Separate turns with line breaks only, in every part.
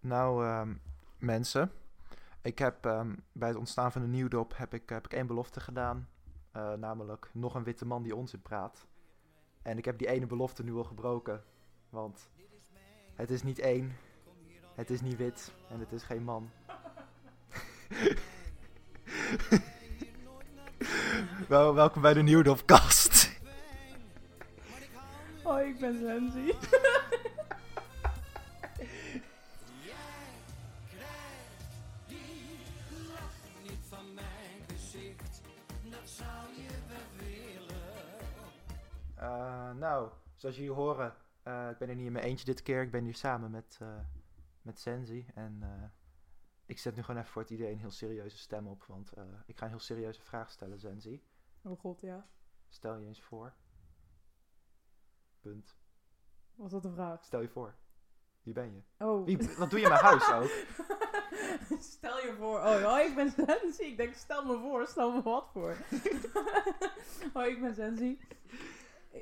Nou, ehm, mensen. Ik heb ehm, bij het ontstaan van de Nieuwdop heb ik, heb ik één belofte gedaan. Eh, namelijk nog een witte man die onzin praat. En ik heb die ene belofte nu al gebroken. Want het is niet één. Het is niet wit. En het is geen man. Wel, welkom bij de Nieuwdopkast.
Hoi, Oh, ik ben Sensi.
Eh, nou, zoals jullie horen, eh, ik ben er niet in mijn eentje dit keer. Ik ben hier samen met, eh, met Sensi. En eh, ik zet nu gewoon even voor het idee een heel serieuze stem op. Want eh, ik ga een heel serieuze vraag stellen, Sensi.
Oh god, ja.
Stel je eens voor. Punt.
Was dat een vraag?
Stel je voor. Wie ben je?
Oh.
Wie, wat doe je in mijn huis ook?
stel je voor. Oh, hoi, ik ben Sensi. Ik denk, stel me voor. Stel me wat voor. hoi, ik ben Sensi.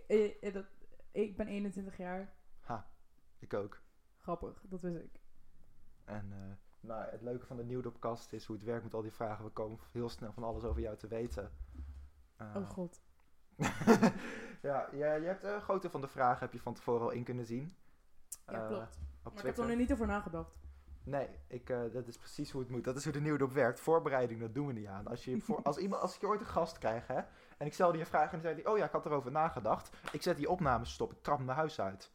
Eh, eh, dat- Ik ben 21 jaar.
Ha, ik ook.
Grappig, dat wist ik.
En eh, nou, het leuke van de Nieuwdopkast is hoe het werkt met al die vragen. We komen heel snel van alles over jou te weten. Eh,
Oh god.
ja, je, je hebt eh grootte van de vraag heb je van tevoren al in kunnen zien.
Ja,
Eh, Op
klopt. Maar ik heb er
Twitter.
nog niet over nagedacht.
Nee, ik, eh, dat is precies hoe het moet. Dat is hoe de nieuwdop werkt. Voorbereiding, dat doen we niet aan. Als, je voor, als, iemand, als ik je ooit een gast krijg, hè, en ik stel die een vraag en dan zei hij, oh ja, ik had erover nagedacht. Ik zet die opnames stop, ik trap mijn huis uit.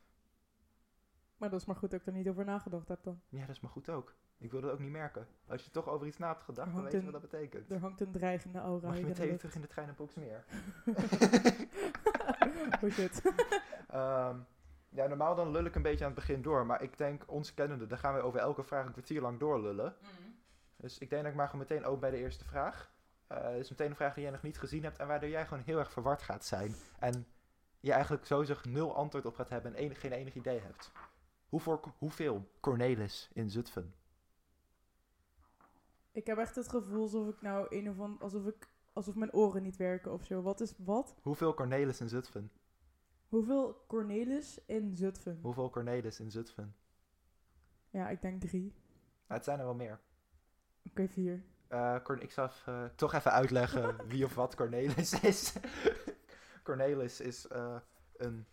Maar dat is maar goed dat ik er niet over nagedacht heb dan.
Ja, dat is maar goed ook. Ik wil dat ook niet merken. Als je toch over iets na hebt gedacht, dan
Want
weet je
een-
wat dat betekent.
Er hangt een dreigende aura.
Mag je
hier in de
meteen
lucht.
terug in de trein naar Boxmeer?
Oh shit.
Ehm, ja, normaal dan lul ik een beetje aan het begin door. Maar ik denk, ons kennende, daar gaan we over elke vraag een kwartier lang doorlullen. Dus ik denk dat ik maar gewoon meteen ook bij de eerste vraag. Eh, dat is meteen een vraag die jij nog niet gezien hebt en waardoor jij gewoon heel erg verward gaat zijn. En je eigenlijk zo zeg nul antwoord op gaat hebben en enig, geen enig idee hebt. Hoe voor, hoeveel Cornelis in Zutphen?
Ik heb echt het gevoel alsof ik nou een of ander, alsof ik alsof mijn oren niet werken of zo. Wat is wat?
Hoeveel Cornelis in Zutphen?
Hoeveel Cornelis in Zutphen?
Hoeveel Cornelis in Zutphen?
Ja, ik denk drie.
Nou, het zijn er wel meer.
Oké, vier.
Eh, Corn- ik zal even, eh, toch even uitleggen wie of wat Cornelis is. Cornelis is eh, een.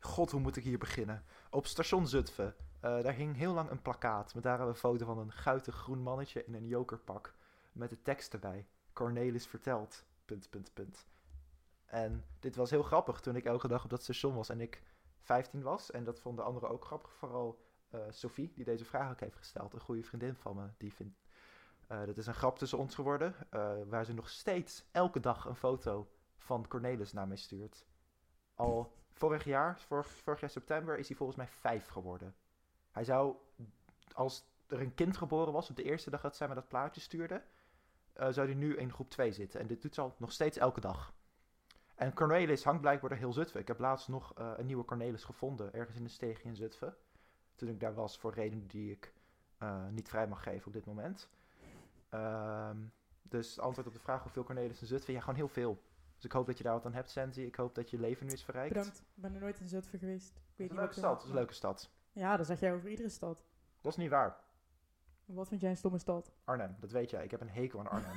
God, hoe moet ik hier beginnen? Op station Zutphen. eh, daar hing heel lang een plakkaat. Met daar een foto van een guitig groen mannetje in een jokerpak. Met de tekst erbij. Cornelis vertelt. Punt, punt, punt. En dit was heel grappig toen ik elke dag op dat station was en ik 15 was. En dat vonden anderen ook grappig. Vooral eh, Sophie, die deze vraag ook heeft gesteld. Een goede vriendin van me. Die vindt eh, dat is een grap tussen ons geworden, eh, waar ze nog steeds elke dag een foto van Cornelis naar mij stuurt. Al vorig jaar, vorig, vorig jaar september, is hij volgens mij vijf geworden. Hij zou, als er een kind geboren was op de eerste dag dat zij me dat plaatje stuurde, eh, zou hij nu in groep 2 zitten. En dit doet ze al nog steeds elke dag. En Cornelis hangt blijkbaar er heel Zutphen. Ik heb laatst nog eh, een nieuwe Cornelis gevonden, ergens in een steegje in Zutphen. Toen ik daar was, voor redenen die ik eh, niet vrij mag geven op dit moment. Ehm, dus het antwoord op de vraag hoeveel Cornelis in Zutphen, ja, gewoon heel veel. Dus ik hoop dat je daar wat aan hebt, Sensi. Ik hoop dat je leven nu is verrijkt.
Bedankt. Ik ben er nooit in Zutphen geweest. Ik
Het is
weet niet
een leuke
wat eh, er-
stad, het is een leuke stad.
Ja, dat zeg jij over iedere stad.
Dat is niet waar.
Wat vind jij een stomme stad?
Arnhem, dat weet jij. Ik heb een hekel aan Arnhem.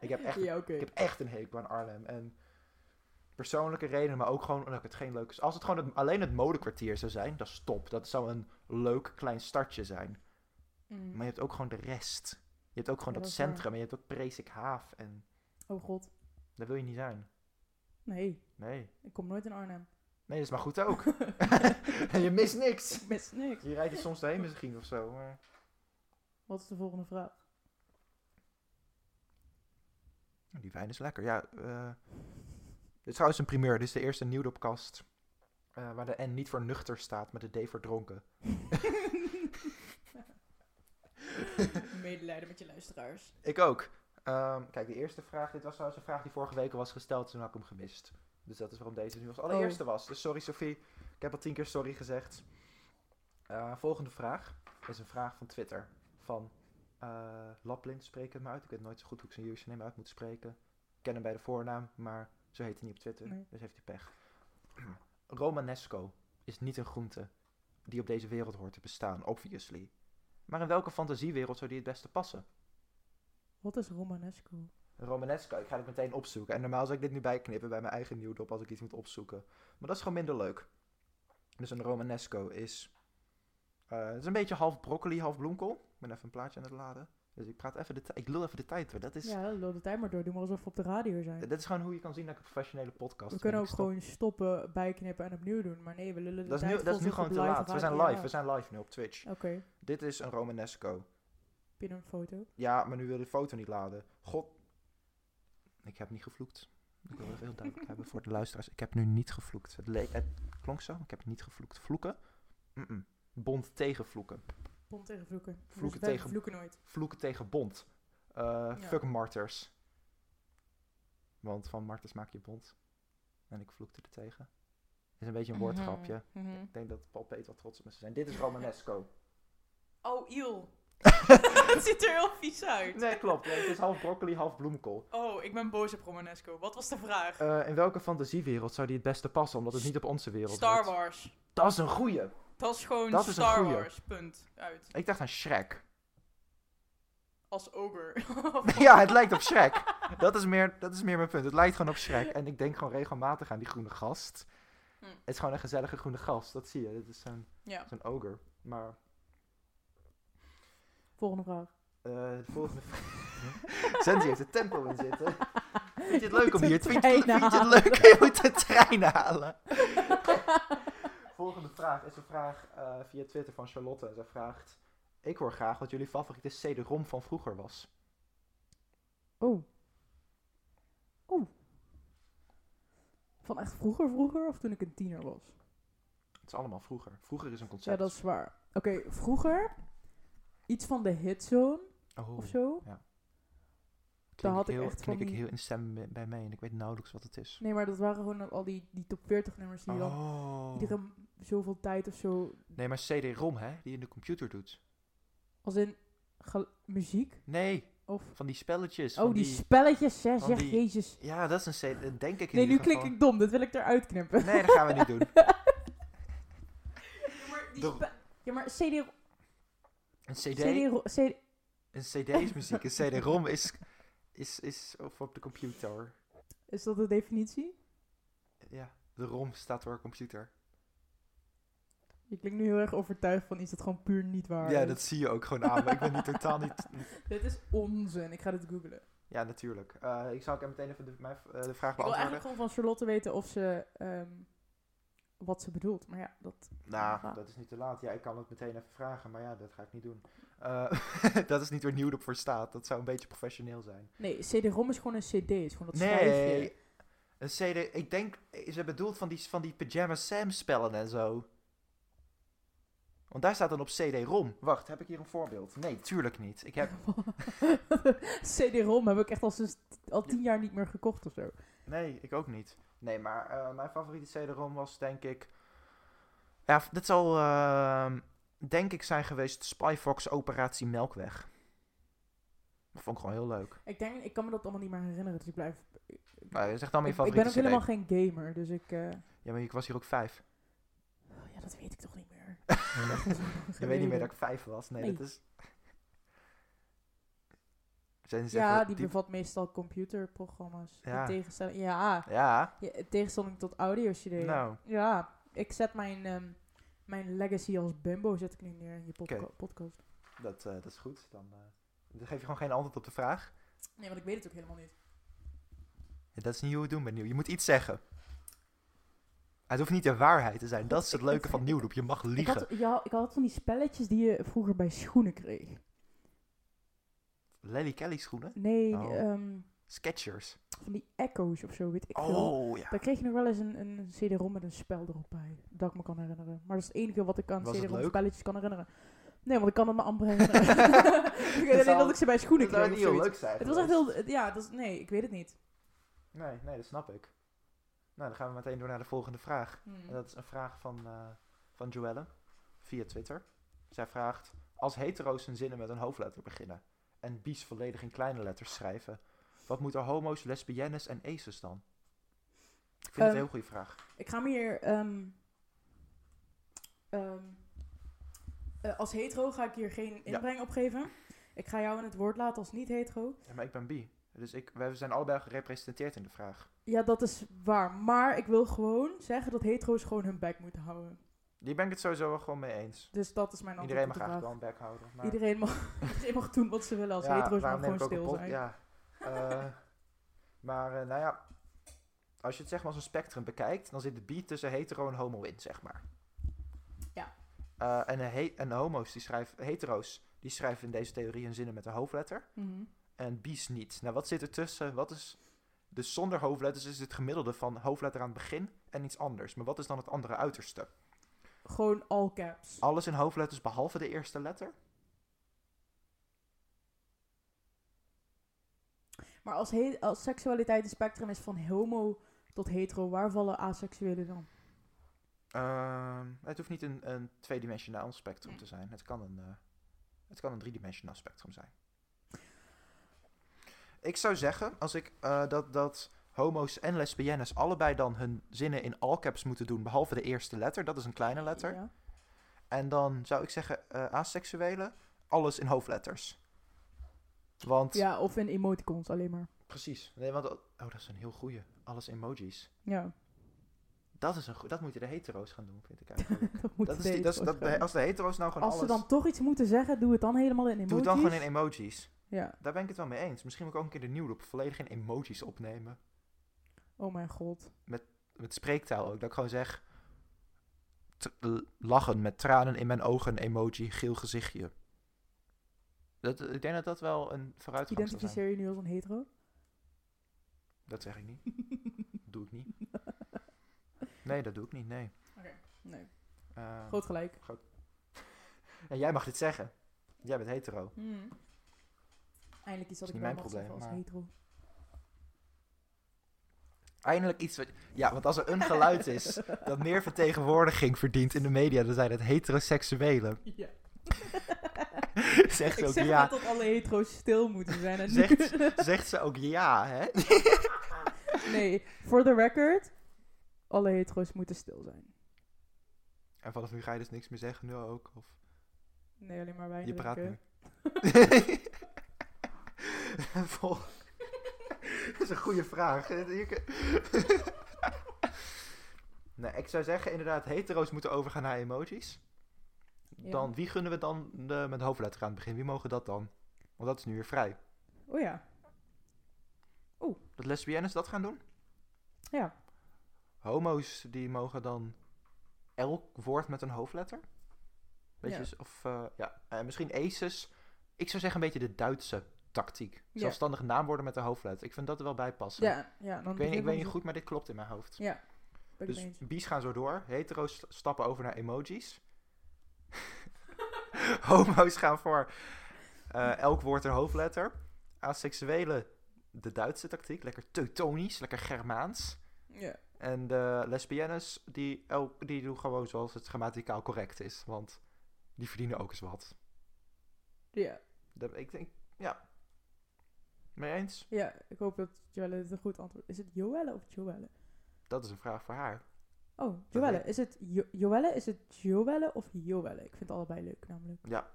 ik, heb echt,
Ja, oké.
ik heb echt een hekel aan Arnhem. En persoonlijke redenen, maar ook gewoon omdat ik het geen leuk is. Als het gewoon het- alleen het modekwartier zou zijn, dat is top. Dat zou een leuk klein stadje zijn.
Mm.
Maar je hebt ook gewoon de rest. Je hebt ook gewoon dat
Mhm. Ja, dat is waar.
centrum en je hebt ook Presikhaaf. En
Oh god.
daar wil je niet zijn.
Nee,
Nee.
ik kom nooit in Arnhem.
Nee, dat is maar goed ook. en je mist niks.
Ik mis niks.
Je rijdt er soms heen misschien of zo. Maar...
Wat is de volgende vraag?
Oh, Die wijn is lekker. Ja, eh, dit is trouwens een primeur. Dit is de eerste nieuwdopkast eh, waar de N niet voor nuchter staat, maar de D voor dronken.
Medelijden met je luisteraars.
Ik ook. Ehm, kijk, de eerste vraag. Dit was trouwens een vraag die vorige week al was gesteld. Toen had ik hem gemist. Dus dat is waarom deze nu als allereerste was. Dus sorry Sophie. Ik heb al tien keer sorry gezegd. Eh, volgende vraag is een vraag van Twitter. Van eh Laplin, spreek het maar uit. Ik weet nooit zo goed hoe ik zijn username uit moet spreken. Ik ken hem bij de voornaam, maar zo heet hij niet op Twitter.
Nee.
Dus heeft hij pech. Romanesco is niet een groente, die op deze wereld hoort te bestaan, obviously. Maar in welke fantasiewereld zou die het beste passen?
Wat is Romanesco?
Romanesco, ik ga het meteen opzoeken. En normaal zou ik dit nu bijknippen bij mijn eigen nieuwdop als ik iets moet opzoeken. Maar dat is gewoon minder leuk. Dus een Romanesco is... eh, het is een beetje half broccoli, half bloemkool. Ik ben even een plaatje aan het laden. Dus ik praat even de tijd... Ik lul even de tijd door. Dat is,
Ja, loop de tijd maar door. Doe maar alsof we op de radio zijn.
dat is gewoon hoe je kan zien dat ik een professionele podcast ben.
we kunnen
Ik
ook
stop-
gewoon stoppen, bijknippen en opnieuw doen. Maar nee, we lullen de
Dat is
tijd
nu, dat is nu
volgens
gewoon
op
te laat.
live
We zijn
radio.
live. We zijn live nu op Twitch.
Oké,
Dit is een Romanesco.
heb je een foto?
Ja, maar nu wil de foto niet laden. God. Ik heb niet gevloekt. Ik wil het heel duidelijk hebben voor de luisteraars. Ik heb nu niet gevloekt. Het, leek, het klonk zo, maar ik heb niet gevloekt. Vloeken? Mm-mm. Bond tegen vloeken.
Bond tegen vloeken. Dus
Vloeken
wij
tegen-
Vloeken nooit.
Vloeken tegen bond. Eh,
Ja.
Fuck marters. Want van marters maak je bond. En ik vloekte er tegen. Is een beetje
Mhm.
een woordgrapje. Ik denk dat Paul Peet wel trots op me zou zijn. Dit is Romanesco.
Oh, iel. Het ziet er heel vies uit.
Nee, klopt. Nee, het is half broccoli, half bloemkool.
Oh, ik ben boos op Romanesco. Wat was de vraag?
Eh, in welke fantasiewereld zou die het beste passen? Omdat het niet op onze wereld
Star
wordt.
Wars.
Dat is een goeie.
Dat is gewoon
Dat is een
Star
goeie.
Wars, punt. Uit.
Ik dacht aan Shrek.
Als ogre.
ja, het lijkt op Shrek. Dat is, meer, dat is meer mijn punt. Het lijkt gewoon op Shrek. En ik denk gewoon regelmatig aan die groene gast.
Hm.
Het is gewoon een gezellige groene gast. Dat zie je. Het is zo'n
ja.
zo'n ogre. Maar
Volgende vraag.
eh, de volgende... Zenzi heeft er tempo in zitten. Vind je het leuk om hier... Vind,
trein
vind je het
halen.
leuk? Je moet de trein halen. Volgende vraag is een vraag eh, via Twitter van Charlotte. Zij vraagt... Ik hoor graag wat jullie favoriete CD-ROM van vroeger was.
Oh. Oh. Van echt vroeger vroeger of toen ik een tiener was?
Het is allemaal vroeger. Vroeger is een concept.
Ja, dat is waar. Oké, vroeger iets van de hitzone
Oh,
of zo.
klik
had ik
heel,
echt
klik
van
ik
die-
heel instem bij- bij mij en ik weet nauwelijks wat het is.
Nee, maar dat waren gewoon al die, die top 40 nummers die je dan
Oh.
iedere m- zoveel tijd of zo.
Nee, maar CD-ROM, hè? Die je in de computer doet.
Als in ge- muziek
Nee,
of.
van die spelletjes.
Oh,
van
die, spelletjes, hè,
van
zeg
die-
Jezus.
Ja, dat is een CD. Denk ik in
Nee, nu
ieder
klink
geval.
ik dom, dat wil ik eruit knippen.
Nee, dat gaan we niet doen.
Ja, maar, die
De-
spe- ja, maar CD.
Een CD,
CD, CD
Een CD is muziek. Een CD-ROM is, is, is of op de computer.
is dat de definitie?
Ja, de ROM staat voor computer.
Je klinkt nu heel erg overtuigd van iets dat gewoon puur niet waar
Ja,
is.
dat zie je ook gewoon aan. Maar ik ben niet totaal niet...
Dit is onzin, ik ga dit googlen.
Ja, natuurlijk. Eh, ik zal ook meteen even de, mijn, eh, de vraag
Ik wil
beantwoorden.
eigenlijk gewoon van Charlotte weten of ze. ehm, wat ze bedoelt. Maar ja, dat.
Nou,
Ja.
dat is niet te laat. Ja, ik kan het meteen even vragen, maar ja, dat ga ik niet doen. Eh, dat is niet waar Nieuwdop voor staat. Dat zou een beetje professioneel zijn.
Nee, CD-ROM is gewoon een CD. Is gewoon dat schrijfje.
Nee, een CD. Ik denk, is het bedoeld van die, van die Pyjama Sam spellen en zo? Want daar staat dan op CD-ROM. Wacht, heb ik hier een voorbeeld? Nee, tuurlijk niet. Ik heb,
CD-ROM heb ik echt al, sinds, al tien jaar niet meer gekocht of zo.
nee, ik ook niet. Nee, maar eh, mijn favoriete CD-ROM was denk ik... Ja, f- dit zal ehm, denk ik zijn geweest Spyfox Operatie Melkweg. Dat vond ik gewoon heel leuk.
Ik denk, ik kan me dat allemaal niet meer herinneren, dus ik blijf... Ik,
Nou, zeg dan maar
ik
je
ben ook
favoriete CD.
helemaal geen gamer, dus ik... eh,
Ja, maar ik was hier ook vijf.
oh ja, dat weet ik toch niet meer.
Je weet niet meer dat ik vijf was. Nee,
Nee.
dat is... Zijn ze
Ja,
even
die
diep-
bevat meestal computerprogramma's.
Ja.
In tegenstelling, ja,
Ja,
ja, in tegenstelling tot audio-cd.
nou.
Ja, ik zet mijn, ehm, mijn legacy als bimbo zet ik nu neer in je podca-
Oké.
podcast.
Dat, eh, dat is goed. Dan, eh, dan geef je gewoon geen antwoord op de vraag.
Nee, want ik weet het ook helemaal niet.
Ja, dat is niet hoe we het doen met nieuw. Je moet iets zeggen. Het hoeft niet de waarheid te zijn. Dat is het
ik-
leuke
ik-
van nieuwroep. Je mag
Ik
liegen.
had, ja, ik had van die spelletjes die je vroeger bij schoenen kreeg.
Lely Kelly schoenen.
Nee,
Oh.
ehm,
Sketchers.
van die echo's of zo, weet ik veel.
Oh, ja.
Daar kreeg je nog wel eens een, een CD-ROM met een spel erop bij. Dat ik me kan herinneren. Maar dat is het enige wat ik aan
Was het
CD-ROM
leuk?
spelletjes kan herinneren. Nee, want ik kan het me amper herinneren. ik weet alleen
zou-
dat ik ze bij schoenen
Dat zou
kreeg
niet
of
heel
zoiets.
leuk zijn.
Het was echt
geweest.
heel... het- Ja, dat is, nee, ik weet het niet.
Nee, nee, dat snap ik. Nou, dan gaan we meteen door naar de volgende vraag.
Hmm. Mm.
En Dat is een vraag van, eh van Joelle via Twitter. Zij vraagt: Als hetero's hun zinnen met een hoofdletter beginnen en bi's volledig in kleine letters schrijven, wat moeten homo's, lesbiennes en aces dan? Ik vind het
Ehm,
een heel goede vraag.
Ik ga me hier... ehm, ehm, eh, als hetero ga ik hier geen inbreng op geven. Ik ga jou in het woord laten als niet-hetero.
Ja, maar ik ben bi. Dus ik, wij zijn allebei gerepresenteerd in de vraag.
Ja, dat is waar. Maar ik wil gewoon zeggen dat hetero's gewoon hun bek moeten houden.
Die ben ik het sowieso wel gewoon mee eens.
Dus dat is mijn antwoord
Iedereen
op
mag
de vraag.
eigenlijk wel een bek houden. Maar
Iedereen, mag, iedereen mag doen wat ze willen als
ja,
hetero's,
waarom
maar
neem
gewoon
ik ook een
stil
pod-
zijn.
Ja. Eh, maar eh, nou ja, als je het zeg maar als een spectrum bekijkt, dan zit de bi tussen hetero en homo in, zeg maar.
Ja.
Eh, en, de he- en de homo's, die schrijven, hetero's, die schrijven in deze theorie hun zinnen met een hoofdletter.
Mhm.
En bi's niet. Nou, wat zit er tussen? Wat is... Dus zonder hoofdletters is het gemiddelde van hoofdletter aan het begin en iets anders. Maar wat is dan het andere uiterste?
Gewoon all caps.
Alles in hoofdletters behalve de eerste letter?
Maar als, he- als seksualiteit een spectrum is van homo tot hetero, waar vallen asexuelen dan?
Ehm, het hoeft niet een, een tweedimensionaal spectrum
Nee.
te zijn. Het kan, een, eh, het kan een driedimensionaal spectrum zijn. Ik zou zeggen, als ik eh, dat, dat homo's en lesbiennes allebei dan hun zinnen in all caps moeten doen, behalve de eerste letter, dat is een kleine letter.
Ja.
En dan zou ik zeggen, eh asexuelen, alles in hoofdletters. Want,
ja, of in emoticons alleen maar.
precies. Nee, want, oh, dat is een heel goeie. Alles emojis.
Ja,
Dat, is een goe- dat moeten de hetero's gaan doen, vind ik eigenlijk.
dat moet
dat is die, dat is, dat, de- als de hetero's nou gewoon
Als ze
alles...
dan toch iets moeten zeggen, doe het dan helemaal in
Doe
emoties.
het dan gewoon in emojis.
Ja,
Daar ben ik het wel mee eens. Misschien moet ik ook een keer de nieuwloop volledig in emojis opnemen.
oh mijn god.
Met spreektaal ook. Dat ik gewoon zeg... t- l- lachen met tranen in mijn ogen, emoji, geel gezichtje. Dat, ik denk dat dat wel een vooruitgang zal zijn.
Identificeer je nu als een hetero?
Dat zeg ik niet. doe ik niet. Nee, dat doe ik niet, nee.
Nee,
Eh,
groot gelijk.
En jij mag dit zeggen. Jij bent hetero.
Eindelijk iets wat
Is niet
ik wel
mijn
mag zeggen als
probleem,
hetero.
Eindelijk iets wat... Ja, want als er een geluid is dat meer vertegenwoordiging verdient in de media... dan zijn het heteroseksuelen.
Ja.
Zegt ze
Ik
ook
zeg
ja.
net dat alle hetero's stil moeten zijn. En
Zegt-
niet-
Zegt ze ook ja, hè?
nee, for the record, alle hetero's moeten stil zijn.
En vanaf nu ga je dus niks meer zeggen, nu ook. Of
Nee, alleen maar wij.
je praat nu. Vol. Dat is een goede vraag. Je kan- nee, Nou, ik zou zeggen inderdaad, hetero's moeten overgaan naar emojis.
Ja.
Dan, wie gunnen we dan de, met de hoofdletter aan het begin? Wie mogen dat dan? Want dat is nu weer vrij.
Oh ja,
Dat lesbiennes dat gaan doen?
Ja.
Homo's, die mogen dan elk woord met een hoofdletter? Weet
Ja.
je, s- of eh, ja, eh, misschien aces. Ik zou zeggen een beetje de Duitse tactiek.
Ja.
Zelfstandig naamwoorden met een hoofdletter. Ik vind dat er wel bij passen.
ja, ja. Dan
ik weet, niet- ik weet niet
beginnen
goed, maar dit klopt in mijn hoofd.
Ja. we met- ben ik
Dus
mee eens.
bies gaan zo door. Hetero's st- stappen over naar emojis. Homo's gaan voor eh, elk woord een hoofdletter. Asexuelen, de Duitse tactiek. Lekker teutonisch, lekker Germaans.
Ja.
En de lesbiennes, die, el- die doen gewoon zoals het grammaticaal correct is. Want die verdienen ook eens wat.
Ja,
Dat, ik denk, ja. Mee eens?
ja, ik hoop dat Joelle het een goed antwoord... Is het Joelle of Joelle?
Dat is een vraag voor haar.
Oh, Joelle.
weet-
Is het jo Joelle? Is het Joelle of Joelle? Ik vind het allebei leuk namelijk.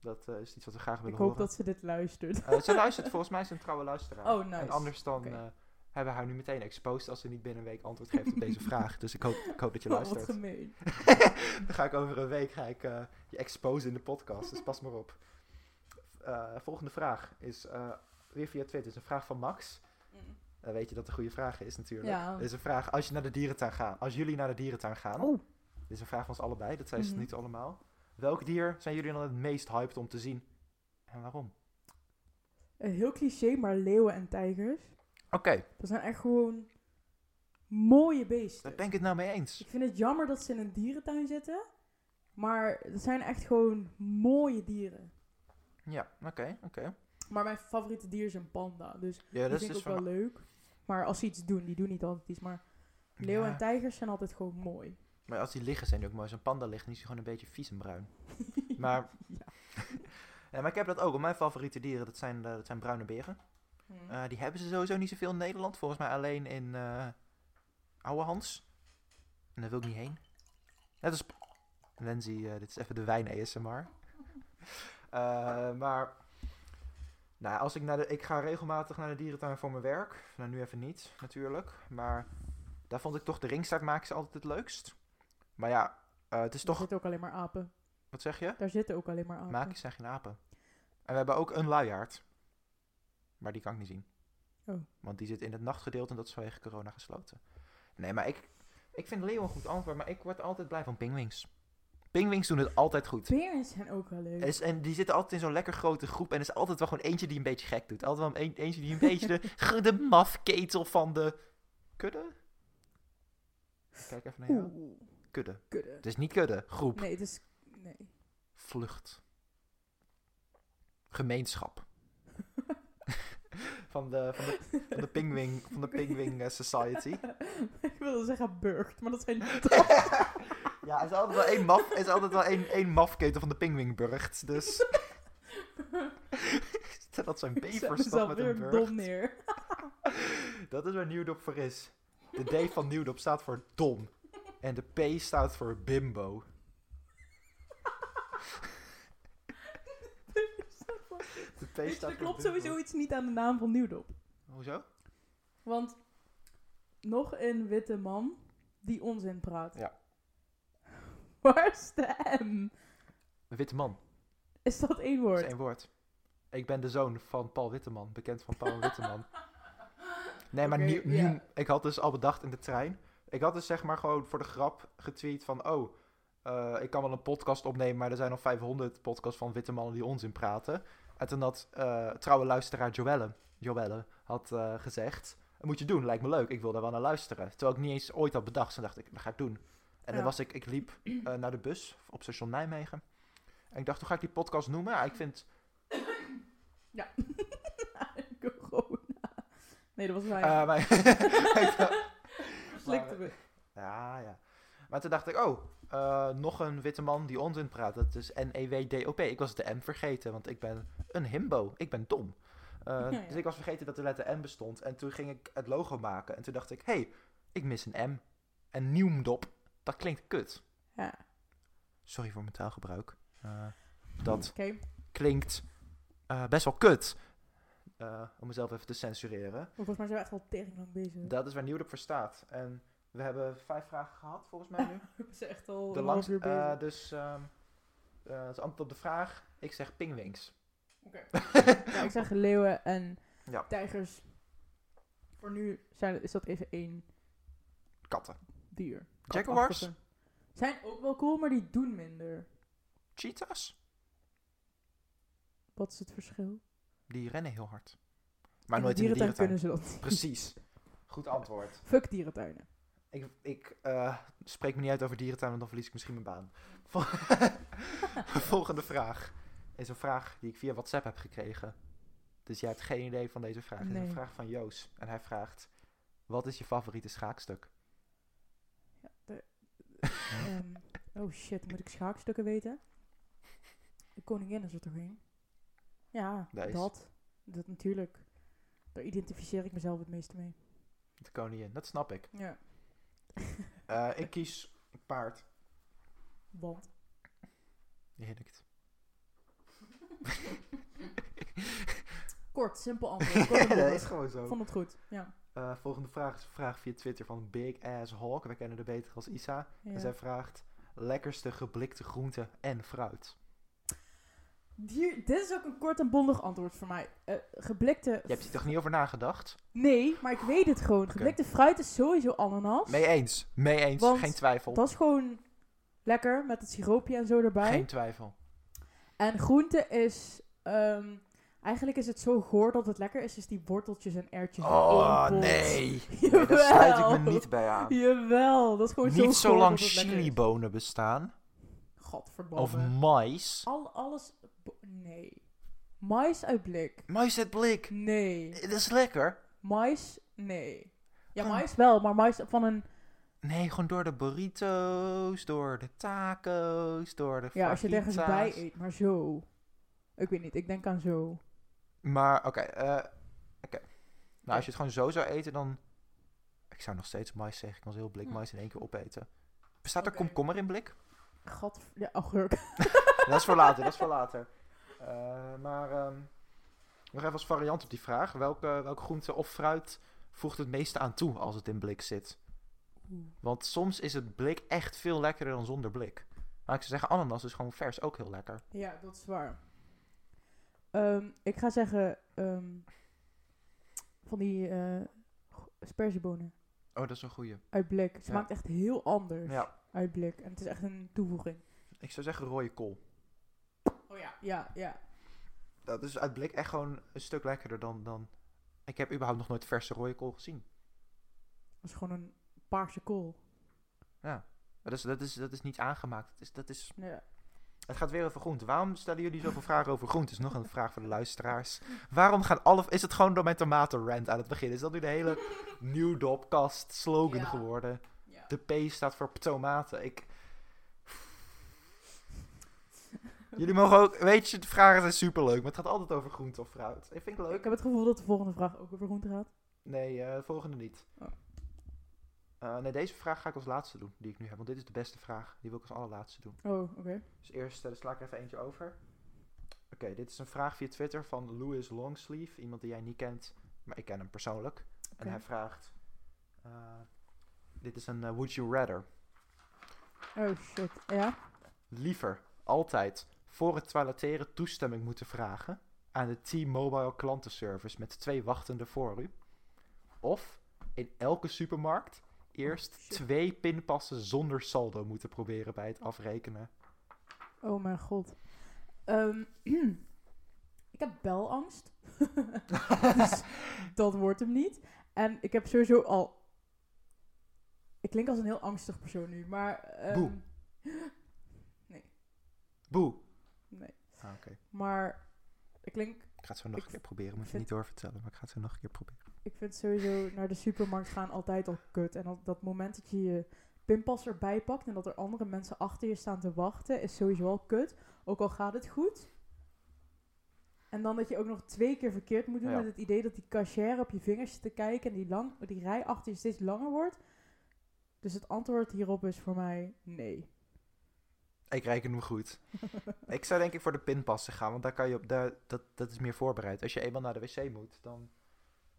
Dat eh, is iets wat we graag willen
ik hoop
horen.
dat ze dit luistert.
Eh, ze luistert volgens mij, is een trouwe luisteraar.
Oh, nice.
En anders dan
Oké.
eh, hebben we haar nu meteen exposed als ze niet binnen een week antwoord geeft op deze vraag. Dus ik hoop, ik hoop dat je
Oh, wat
luistert.
gemeen.
dan ga ik over een week ga ik, eh, je exposen in de podcast, dus pas maar op. Eh, volgende vraag is eh, weer via Twitter. Het is een vraag van Max. Dan weet je dat het een goede vraag is natuurlijk.
Mm. Ja.
Dit is een vraag als je naar de dierentuin gaat. Als jullie naar de dierentuin gaan.
Oh.
Dit is een vraag van ons allebei, dat zijn ze
Mhm.
niet allemaal. Welk dier zijn jullie dan het meest hyped om te zien? En waarom?
Eh, heel cliché, maar leeuwen en tijgers.
Oké,
Dat zijn echt gewoon mooie beesten.
daar ben ik het nou mee eens.
Ik vind het jammer dat ze in een dierentuin zitten. Maar het zijn echt gewoon mooie dieren.
Ja, oké, oké.
Maar mijn favoriete dier is een panda. Dus
Ja,
dat
dat is
vind ik
dus
ook wel
van...
leeuw. leuk. Maar als ze iets doen, die doen niet altijd iets. Maar leeuwen en
Ja,
tijgers zijn altijd gewoon mooi.
Maar als die liggen zijn die ook mooi. Als een panda ligt, dan is hij gewoon een beetje vies en bruin. Maar,
Ja.
ja, maar ik heb dat ook. want Mijn favoriete dieren, dat zijn, eh, dat zijn bruine beren.
Hmm.
Eh, die hebben ze sowieso niet zoveel in Nederland. Volgens mij alleen in eh Ouwehans. En daar wil ik niet heen. Net als... Lenzi, eh, dit is even de wijn-ASMR. Eh, maar nou, als ik, naar de, ik ga regelmatig naar de dierentuin voor mijn werk. Nou, nu even niet, natuurlijk. Maar daar vond ik toch de ringstaartmakers altijd het leukst. Maar ja, eh, het is
Daar
toch...
zitten ook alleen maar apen.
Wat zeg je?
Daar zitten ook alleen maar apen.
Makers zijn geen apen. En we hebben ook een luiaard. Maar die kan ik niet zien.
Oh.
Want die zit in het nachtgedeelte en dat is vanwege corona gesloten. Nee, maar ik, ik vind leeuw een goed antwoord, maar ik word altijd blij van pingwings. Pingwings doen het altijd goed.
Berens zijn ook wel leuk.
Er is- en die zitten altijd in zo'n lekker grote groep. En er is altijd wel gewoon eentje die een beetje gek doet. Altijd wel een, eentje die een beetje de, g- de mafketel van de kudde. Kijk even naar jou.
Oeh,
Kudde.
kudde.
Het is niet kudde, groep.
Nee, het is... Nee.
Vlucht. Gemeenschap. van de, van de, van de Pingwing, van de pingwing eh, Society.
ik wilde zeggen burgt, maar dat zijn
ja, er is altijd wel één, maf, er is altijd wel één, één mafketel van de Pingwingburgt. Dus dat zijn bevers toch met een burgt.
dom neer.
Dat is waar Nieuwdop voor is. De D van Nieuwdop staat voor dom. En de P staat voor bimbo. De P staat voor
er klopt
bimbo.
sowieso iets niet aan de naam van Nieuwdop.
Hoezo?
Want nog een witte man die onzin praat.
Ja.
Waar is de M?
Witte man.
Is dat één
Dat
woord?
is één woord. Ik ben de zoon van Paul Witteman. Bekend van Paul Witteman. Nee, maar
Oké,
nu, nu-
ja.
ik had dus al bedacht in de trein. Ik had dus zeg maar gewoon voor de grap getweet van... Oh, eh, ik kan wel een podcast opnemen, maar er zijn nog 500 podcasts van witte mannen die onzin praten. En toen had eh, trouwe luisteraar Joelle, Joelle had eh, gezegd... Dat moet je doen, lijkt me leuk. Ik wil daar wel naar luisteren. Terwijl ik niet eens ooit had bedacht. Dus dan dacht ik, dat ga ik doen. En dan
Ja.
was ik, ik liep eh, naar de bus op station Nijmegen. En ik dacht, hoe ga ik die podcast noemen? Ja, ik vind
Ja. Corona. Nee, dat was wij.
Eh, maar- ik dacht-
Slikte we.
ja, ja. Maar toen dacht ik, oh, eh, nog een witte man die onzin praat. Dat is E N-E-W-D-O-P. Ik was de M vergeten, want ik ben een himbo. Ik ben dom. Eh,
Ja, ja.
Dus ik was vergeten dat de letter M bestond. En toen ging ik het logo maken. En toen dacht ik, hé, hey, ik mis een M. En nieuwmdop, dat klinkt kut.
Ja.
Sorry voor mijn taalgebruik. Eh, dat
Oké.
klinkt eh, best wel kut. Eh, om mezelf even te censureren.
Maar Volgens mij zijn we echt al tering lang bezig.
Dat is waar Nieuwdorp voor staat. En we hebben vijf vragen gehad, volgens mij nu.
we zijn echt al
De
een
langs,
half uur bezig.
eh, dus ehm eh, het antwoord op de vraag, ik zeg pingwings.
Ja, ik zeg leeuwen en
Ja.
tijgers. Voor nu zijn, is dat even één
Katten.
dier.
Jaguars?
Katachtigen. Zijn ook wel cool, maar die doen minder.
Cheetahs?
Wat is het verschil?
Die rennen heel hard. Maar
In
nooit
de
in de
dierentuin
dierentuin.
kunnen ze dat niet.
Precies. Goed antwoord.
Fuck dierentuinen.
Ik, ik eh, spreek me niet uit over dierentuin, want dan verlies ik misschien mijn baan. Vol- Volgende vraag is een vraag die ik via WhatsApp heb gekregen. Dus jij hebt geen idee van deze vraag. Het is
Nee.
een vraag van Joos. En hij vraagt, wat is je favoriete schaakstuk?
Ehm, oh shit, moet ik schaakstukken weten? De koningin is er toch één? Ja,
Nice.
dat. Dat natuurlijk. Daar identificeer ik mezelf het meeste mee.
De koningin, dat snap ik.
Ja.
Eh, ik kies paard.
Want.
Je hinnikt.
Kort, simpel antwoord. Kort en bondig.
gewoon zo.
Vond het goed. Ja.
Eh, volgende vraag is een vraag via Twitter van Big Ass Hawk. We kennen haar beter als Isa.
ja.
En zij vraagt, lekkerste geblikte groente en fruit.
Hier- dit is ook een kort en bondig antwoord voor mij. Eh, geblikte.
Je hebt hier toch niet over nagedacht?
Nee, maar ik weet het gewoon. Geblikte fruit is sowieso ananas.
Mee eens. Mee eens.
Want
Geen twijfel.
Dat is gewoon lekker met het siroopje en zo erbij.
Geen twijfel.
En groente is. ehm, eigenlijk is het zo goor dat het lekker is, is die worteltjes en ertjes. in
Oh,
één pot.
nee.
Jawel.
Daar sluit ik me niet bij aan.
Jawel, dat is gewoon zo
Niet
goor
zolang
dat het lekker is.
chilibonen bestaan.
Gadverdamme.
Of mais.
Al, alles. bo- Nee. Mais uit blik.
Mais uit blik.
Nee.
Dat is lekker.
Mais? Nee. Ja,
Gewoon-
mais wel, maar mais van een...
Nee, gewoon door de burrito's, door de taco's, door de
Ja, als je het ergens bij
fajitas.
eet, maar zo. Ik weet niet, ik denk aan zo.
Maar oké, eh, oké. Nou, als je het gewoon zo zou eten, dan... Ik zou nog steeds mais zeggen. Ik kan heel blik mais in één keer opeten. Bestaat er
Hm. Oké.
komkommer in blik?
Gat... Ja, augurk.
dat is voor later, dat is voor later. Eh, maar ehm, nog even als variant op die vraag. Welke, welke groente of fruit voegt het meeste aan toe als het in blik zit? Want soms is het blik echt veel lekkerder dan zonder blik. Maar ik zou zeggen, ananas is gewoon vers ook heel lekker.
Ja, dat is waar. Ehm, ik ga zeggen... ehm, van die eh aspergebonen
Oh, dat is een goeie.
uit blik. Ze
Ja.
maakt echt heel anders
Ja,
uit blik. En het is echt een toevoeging.
ik zou zeggen rode kool.
Oh ja.
Ja, ja.
Dat is uit blik echt gewoon een stuk lekkerder dan... dan... Ik heb überhaupt nog nooit verse rode kool gezien.
Dat is gewoon een paarse kool.
Dat is, dat is, dat is niet aangemaakt. Dat is, dat is...
Ja.
Het gaat weer over groente. Waarom stellen jullie zoveel vragen over groente? Is nog een vraag voor de luisteraars. Waarom gaan alle... Is het gewoon door mijn tomatenrant aan het begin? Is dat nu de hele nieuw dopkast slogan
Ja.
geworden?
ja.
De P staat voor tomaten. Ik... Jullie mogen ook... Weet je, de vragen zijn superleuk. Maar het gaat altijd over groente of fruit. Ik vind het leuk.
Ik heb het gevoel dat de volgende vraag ook over groente gaat.
Nee, eh, volgende niet.
Oh.
Eh, nee, deze vraag ga ik als laatste doen, die ik nu heb. Want dit is de beste vraag. Die wil ik als allerlaatste doen.
Oh, oké.
Dus eerst eh, sla ik er even eentje over. Oké, dit is een vraag via Twitter van Louis Longsleeve. Iemand die jij niet kent, maar ik ken hem persoonlijk. En
Oké.
hij vraagt... eh, dit is een eh, Would You Rather.
Oh shit. Ja?
Liever altijd voor het toiletteren toestemming moeten vragen... aan de T-Mobile klantenservice met twee wachtenden voor u. Of in elke supermarkt eerst
Oh, shit.
twee pinpassen zonder saldo moeten proberen bij het afrekenen.
Oh mijn god. Ehm, ik heb belangst. dus dat wordt hem niet. En ik heb sowieso al. Ik klink als een heel angstig persoon nu, maar. ehm,
Boe. Boe!
Nee.
Ah, oké.
Maar ik klink.
Ik ga het zo nog
Ik
een keer proberen. Moet je
vind-
niet doorvertellen, maar ik ga het zo nog een keer proberen.
Ik vind sowieso naar de supermarkt gaan altijd al kut. En dat, dat moment dat je je pinpas erbij pakt en dat er andere mensen achter je staan te wachten, is sowieso al kut. Ook al gaat het goed. En dan dat je ook nog twee keer verkeerd moet doen
Ja.
met het idee dat die cashier op je vingers zit te kijken en die, lang, die rij achter je steeds langer wordt. Dus het antwoord hierop is voor mij nee.
Ik reken hem goed. ik zou denk ik voor de pinpassen gaan, want daar kan je op, daar, dat, dat is meer voorbereid. Als je eenmaal naar de wc moet, dan...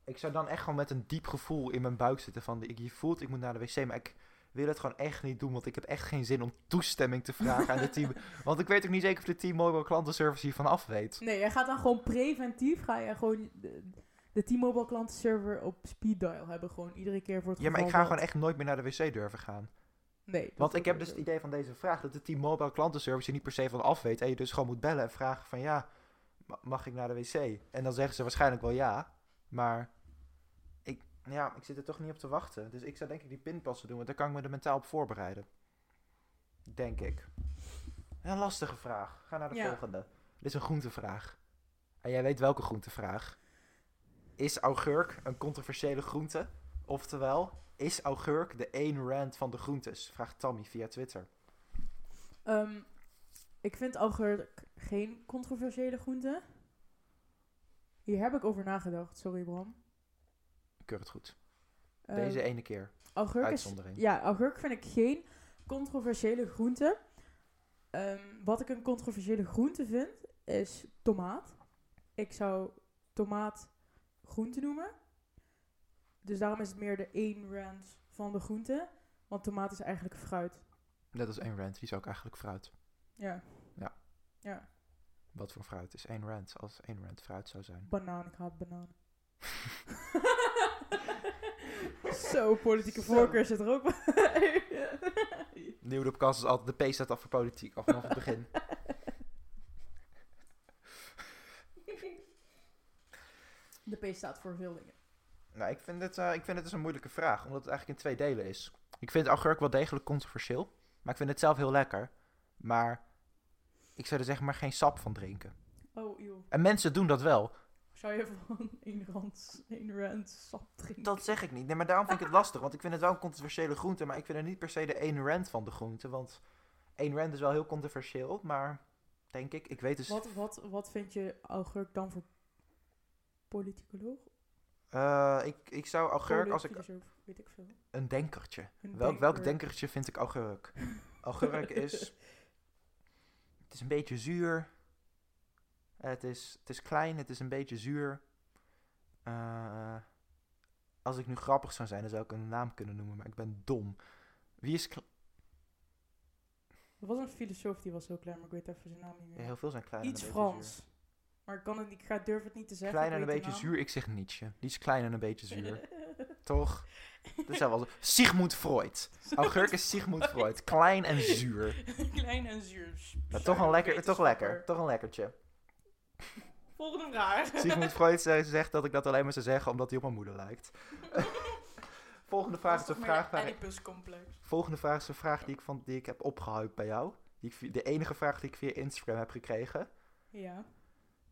Ik zou dan echt gewoon met een diep gevoel in mijn buik zitten van... Ik, je voelt, ik moet naar de wc, maar ik wil het gewoon echt niet doen. Want ik heb echt geen zin om toestemming te vragen aan de team. Want ik weet ook niet zeker of de team Mobile klantenservice hiervan af weet.
Nee, jij gaat dan gewoon preventief, ga je gewoon de, de T-Mobile klantenserver op speed dial hebben. Gewoon iedere keer voor het
Ja, maar ik
geval
ga
dat-
gewoon echt nooit meer naar de wc durven gaan.
Nee. dat
Want ik
ook
heb
niet
dus het
doen.
idee van deze vraag dat de Team Mobile klantenservice je niet per se van af weet. En je dus gewoon moet bellen en vragen van ja, ma- mag ik naar de wc? En dan zeggen ze waarschijnlijk wel ja. Maar ik, ja, ik zit er toch niet op te wachten. Dus ik zou denk ik die pinpassen doen, want daar kan ik me er mentaal op voorbereiden. Denk ik. Een lastige vraag. Ga naar de
Ja.
volgende. Dit is een groentevraag. En jij weet welke groentevraag. Is augurk een controversiële groente? Oftewel, is augurk de 1 rand van de groentes? Vraagt Tammy via Twitter.
Ehm, ik vind augurk geen controversiële groente. Hier heb ik over nagedacht, sorry Bram.
Ik keur het goed.
Ehm,
Deze ene keer.
augurk is,
Uitzondering.
Ja, augurk vind ik geen controversiële groente. Ehm, wat ik een controversiële groente vind, is tomaat. Ik zou tomaat groente noemen. Dus daarom is het meer de 1 rand van de groente. Want tomaat is eigenlijk fruit.
Net als 1 rand. Die is ook eigenlijk fruit.
Ja.
Ja.
Ja,
Wat voor fruit is 1 rand als 1 rand fruit zou zijn?
banaan. Ik haat banaan. Zo, politieke
Zo.
voorkeur zit er ook bij.
Nieuw de podcast is altijd... De P staat af voor politiek. Al vanaf het begin.
De P staat voor veel dingen.
nou, ik vind, het, eh, ik vind het dus een moeilijke vraag. Omdat het eigenlijk in twee delen is. Ik vind augurk wel degelijk controversieel. Maar ik vind het zelf heel lekker. Maar ik zou er zeg maar geen sap van drinken.
Oh, joh.
En mensen doen dat wel.
Zou je van één rand, één rand sap drinken?
Dat zeg ik niet. Nee, maar daarom vind ik het lastig. Want ik vind het wel een controversiële groente. Maar ik vind er niet per se de 1 rand van de groente. Want 1 rand is wel heel controversieel. Maar denk ik, ik weet dus.
Wat, wat, wat vind je augurk dan voor politicoloog?
Eh, ik, ik zou augurk als ik
Filosoof, weet ik veel.
een denkertje.
Een
Welk, welk
denker.
denkertje vind ik augurk? Augurk is is een beetje zuur. Eh, het, is, het is klein, het is een beetje zuur. Eh, als ik nu grappig zou zijn, dan zou ik een naam kunnen noemen, maar ik ben dom. Wie is kle-
Er was een filosoof die was heel klein, maar ik weet even zijn naam niet
Ja,
meer.
Heel veel zijn klein. en
Iets
een beetje zuur.
Frans. Maar ik, kan het niet, ik ga, durf het niet te zeggen.
Klein en
ik
een
weet
beetje
de
zuur. Ik zeg Nietzsche. Die is klein en een beetje
naam.
zuur. Toch? Dit zou wel... Sigmund Freud. Augurk is Sigmund Freud. Klein en zuur.
klein en zuur.
Maar toch, een lekker, toch lekker. Toch een lekkertje.
Volgende vraag.
Sigmund Freud ze- zegt dat ik dat alleen maar zou zeggen omdat hij op mijn moeder lijkt. Volgende vraag is een vraag, waar ik-
Oedipus-complex.
volgende vraag, is een vraag die, ik van, die ik heb opgehuipt bij jou. Die ik, via- de enige vraag die ik via Instagram heb gekregen.
Ja.